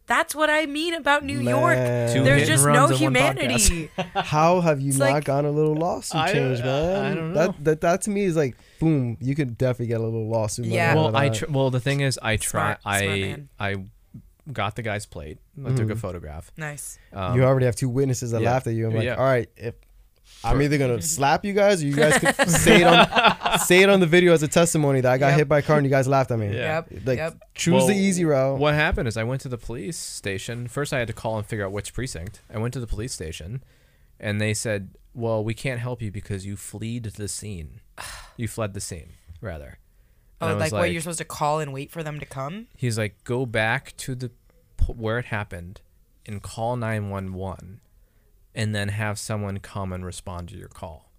That's what I mean about New Man. Two York. There's hit and just no runs in one humanity. How have you not like- uh, gotten a little lawsuit I- change, I- man? I don't know. That, that that to me is like boom. You could definitely get a little lawsuit. money Yeah. out of Well, I that. tr- well the thing is I try Smart- smart I man. I got the guy's plate. I took a photograph. nice. Um, you already have two witnesses that yeah. laughed at you. I'm like, Yeah. all right, if I'm either gonna slap you guys, or you guys could say it on say it on the video as a testimony that I got Yep. hit by a car and you guys laughed at me. Yeah. Yep. Like yep. choose Well, the easy route. What happened is I went to the police station. First, I had to call and figure out which precinct. I went to the police station, and they said, "Well, we can't help you because you fled the scene. You fled the scene, rather." Oh, And I was like, what? You're supposed to call and wait for them to come? He's like, "Go back to the p- where it happened, and call nine one one, and then have someone come and respond to your call."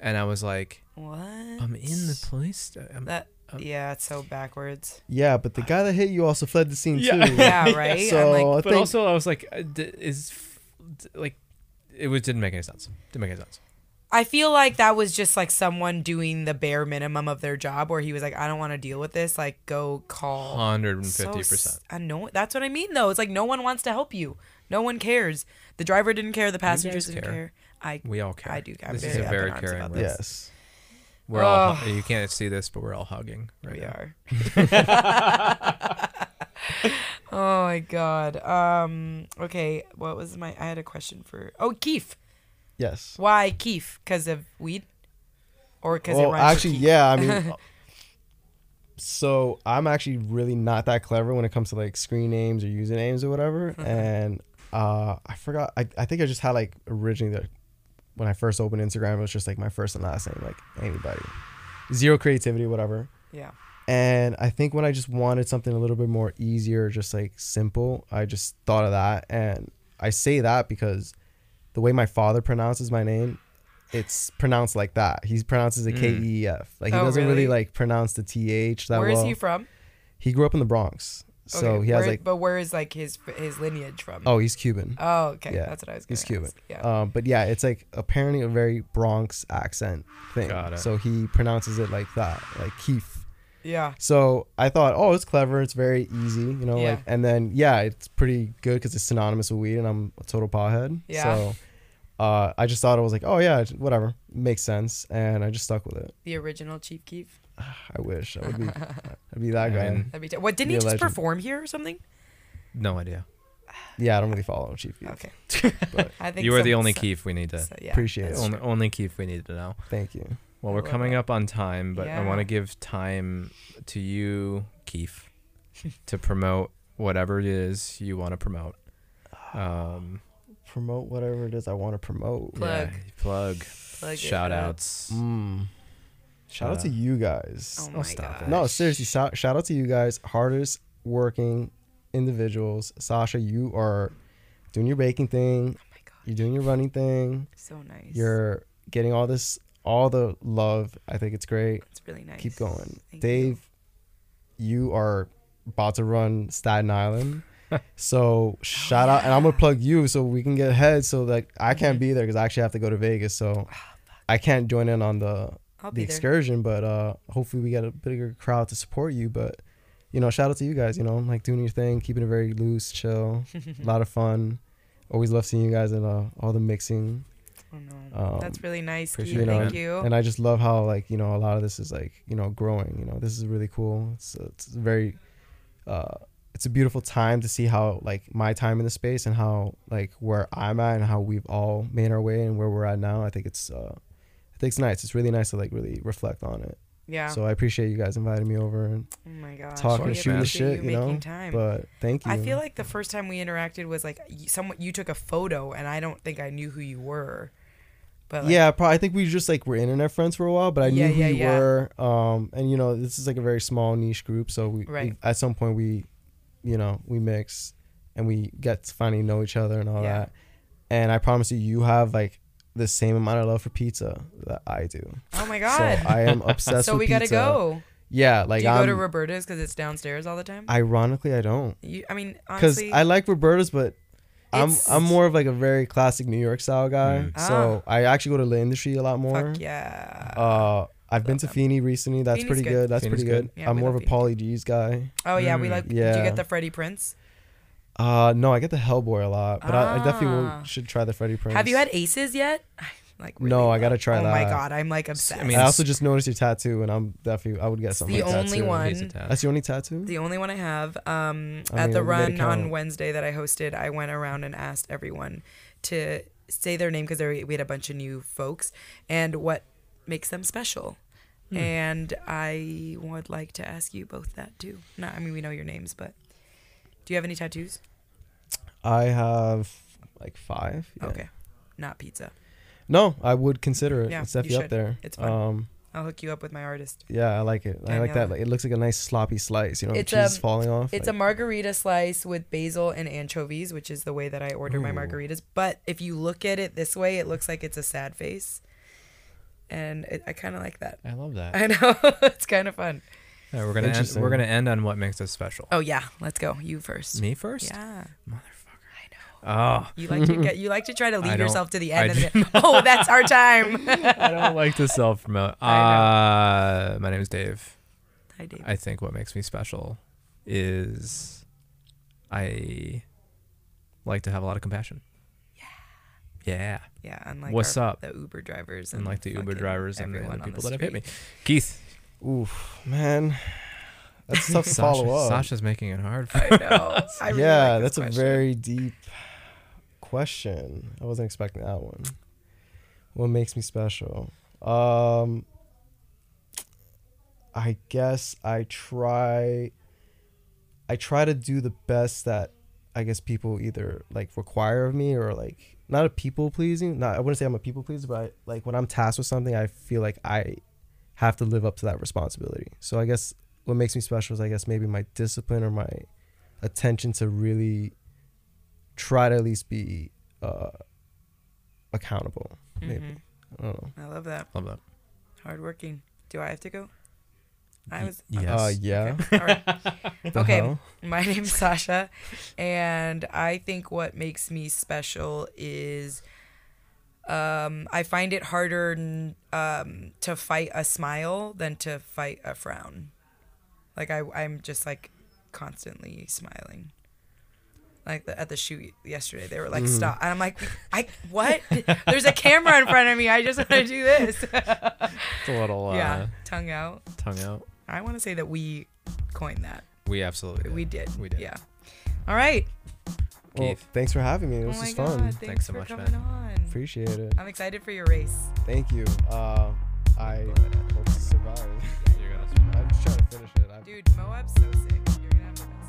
And I was like, What? "I'm in the police. sta- I'm That. Yeah, it's so backwards. Yeah, but the guy that hit you also fled the scene Yeah. too. Yeah, right. So I'm like, I but think also I was like, uh, d- is f- d- like, it was didn't make any sense. Didn't make any sense. I feel like that was just like someone doing the bare minimum of their job, where he was like, I don't want to deal with this. Like, go call. Hundred and Oh, So fifty s- percent. anno- That's what I mean, though. It's like no one wants to help you. No one cares. The driver didn't care. The passengers guys didn't care. care. I. We all care. I do care. I'm This very is a up very in arms caring. about world. this. yes. We're all hu- you can't see this, but we're all hugging. Right We now. are. oh my god. Um. Okay. What was my? I had a question for. Oh, Keef. Yes. Why Keef? Because of weed, or because it Well, rhymes actually, with Keef? yeah. I mean, so I'm actually really not that clever when it comes to like screen names or usernames or Mm-hmm. whatever. and uh, I forgot. I, I think I just had like originally the when I first opened Instagram, it was just like my first and last name, like anybody, zero creativity, whatever. Yeah. And I think when I just wanted something a little bit more easier, just like simple, I just thought of that. And I say that because the way my father pronounces my name, it's pronounced like that. He pronounces Mm. it K E F. Like he Oh, doesn't really? really? like pronounce the T H that Where is well. he from? He grew up in the Bronx, so Okay, he has where- like But where is like his his lineage from? oh he's Cuban. Oh, okay. yeah, That's what I was. Gonna he's Cuban. ask. Yeah. Um, but yeah, it's like apparently a very Bronx accent thing. Got it. So he pronounces it like that, like Keith. yeah. So I thought, oh, it's clever. It's very easy, you know. Yeah. Like, and then yeah, it's pretty good because it's synonymous with weed, and I'm a total pothead. Yeah. So uh, I just thought it was like, oh yeah, it's- whatever, makes sense, and I just stuck with it. The original Chief Keef. I wish I would be, I'd be that I guy. mean- That'd be. T- what didn't Be he a just legend. perform here or something? No idea. yeah, I don't really follow Chief. Keef. Okay. I think you are the some- only some- Keef we need to. so- yeah, Appreciate that's it. Only, only Keef we need to know. Thank you. Well, I we're love coming that. up on time, but I want Yeah. to give time to you, Keef, to promote whatever it is you want to promote. Um, Promote whatever it is I want to promote. Pl- Plug. yeah, plug, Plug it shout up. outs. Uh, Mm. Shout out to you guys. Oh Oh, my stop god. it. No, seriously, shout, shout out to you guys, hardest working individuals. Sasha, you are doing your baking thing, Oh my god. you're doing your running thing, So nice. you're getting all this, all the love. I think it's great. It's really nice. Keep going. Thank you. Dave, you. are about to run Staten Island. so shout out, and I'm gonna plug you so we can get ahead. So that I can't be there because I actually have to go to Vegas. So Ah, I can't join in on the I'll the be there. excursion, but uh, hopefully we get a bigger crowd to support you. But you know, shout out to you guys. You know, like doing your thing, keeping it very loose, chill, a lot of fun. Always love seeing you guys and uh, all the mixing. Oh, no. Um, That's really nice. appreciate Keith. it, Thank man. you. and I just love how like you know a lot of this is like you know growing. You know, this is really cool. It's it's very, uh, it's a beautiful time to see how like my time in the space and how like where I'm at and how we've all made our way and where we're at now. I think it's uh, I think it's nice. It's really nice to like really reflect on it. yeah. So I appreciate you guys inviting me over and oh my god. talking, course, shooting man. the shit, you know. Time. But thank you. I feel like the first time we interacted was like y- someone you took a photo and I don't think I knew who you were. But like, yeah, probably, I think we just like were internet friends for a while, but I Yeah, knew who yeah, you yeah. were. Um, and you know, this is like a very small niche group, so we, we- Right. at some point we, you know, we mix, and we get to finally know each other and all Yeah. that. And I promise you, you have like the same amount of love for pizza that I do. Oh my So god. I am So, obsessed. we with gotta pizza. go. Yeah, like Do you I'm. go to Roberta's because it's downstairs all the time? ironically, I don't. you, I mean, because honestly, I like Roberta's, but I'm It's- I'm more of like a very classic New York style guy. Mm. So I actually go to the industry a lot more. Ah. fuck yeah. Uh, I've been to them. Feeney recently. That's Feeney's pretty good. good. That's Feeney's pretty good. good. Yeah, I'm we more of love a Pauly D's guy. oh yeah, we mm, like. Did you yeah. get the Freddie Prince? Uh, no, I get the Hellboy a lot, but I, I definitely Ah. will, should try the Freddy Prince. Have you had Aces yet? I'm, like No, I gotta try Oh my that. god, I'm like obsessed. I I mean, mean, I also just noticed your tattoo, and I'm definitely I would get something. the like that, only too. one. He's a dad. That's the only tattoo. the only one I have. Um, I at mean, the we made it run on count. Wednesday that I hosted, I went around and asked everyone to say their name because we had a bunch of new folks and what makes them special. Hmm. And I would like to ask you both that too. No, I mean we know your names, but do you have any tattoos? I have like five. yeah. Okay, not pizza. No, I would consider it. Yeah, it's you definitely up should. there. It's fun. Um, I'll hook you up with my artist. yeah, I like it. I I like know. that. Like, it looks like a nice sloppy slice. You know, It's, cheese um, falling off. It's a like, margarita slice with basil and anchovies, which is the way that I order my margaritas. But if you look at it this way, it looks like it's a sad face, and it, I kind of like that. I love that. I know it's kind of fun. All right, we're gonna end, Interesting. we're gonna end on what makes us special. Oh yeah, let's go. You first. Me first. Yeah. Oh, You like to get. You like to try to leave don't- yourself to the end. I and then, oh, that's our time. I don't like to self promote. I Uh, my name is Dave. Hi, Dave. I think what makes me special is I like to have a lot of compassion. Yeah. Yeah. yeah, unlike What's our- up? The Uber drivers And like the Uber fucking drivers and the everyone other on the people that have hit me. street. Keith. oof, man. That's tough to follow Sasha- up. Sasha's making it hard. For I know. I really yeah, like this that's question. a very deep question. I wasn't expecting that one. What makes me special? Um, I guess I try. I try to do the best that I guess people either like require of me or like not a people pleasing. Not I wouldn't say I'm a people pleaser, but I, like when I'm tasked with something, I feel like I have to live up to that responsibility. So I guess what makes me special is I guess maybe my discipline or my attention to really try to at least be uh, accountable. Mm-hmm. Maybe I don't know. I love that. Love that. Hardworking. Do I have to go? I was. Yes. Uh, yeah. Okay. All right. The Okay. hell? My name's Sasha, and I think what makes me special is um, I find it harder n- um, to fight a smile than to fight a frown. Like I, I'm just like constantly smiling. Like the, at the shoot yesterday, they were like, Mm-hmm. "Stop!" and I'm like, "I what? There's a camera in front of me. I just want to do this." It's a little uh, yeah, tongue out. tongue out. I want to say that we coined that. We absolutely. We did. did. We did. Yeah. All right. Well, Keith. thanks for having me. This oh my was God, fun. thanks, Thanks so for much, coming man. on. Appreciate it. I'm excited for your race. Thank you. Uh, I hope to survive. You're gonna- I'm just trying to finish it. i Dude, Moab's so sick. You're gonna have to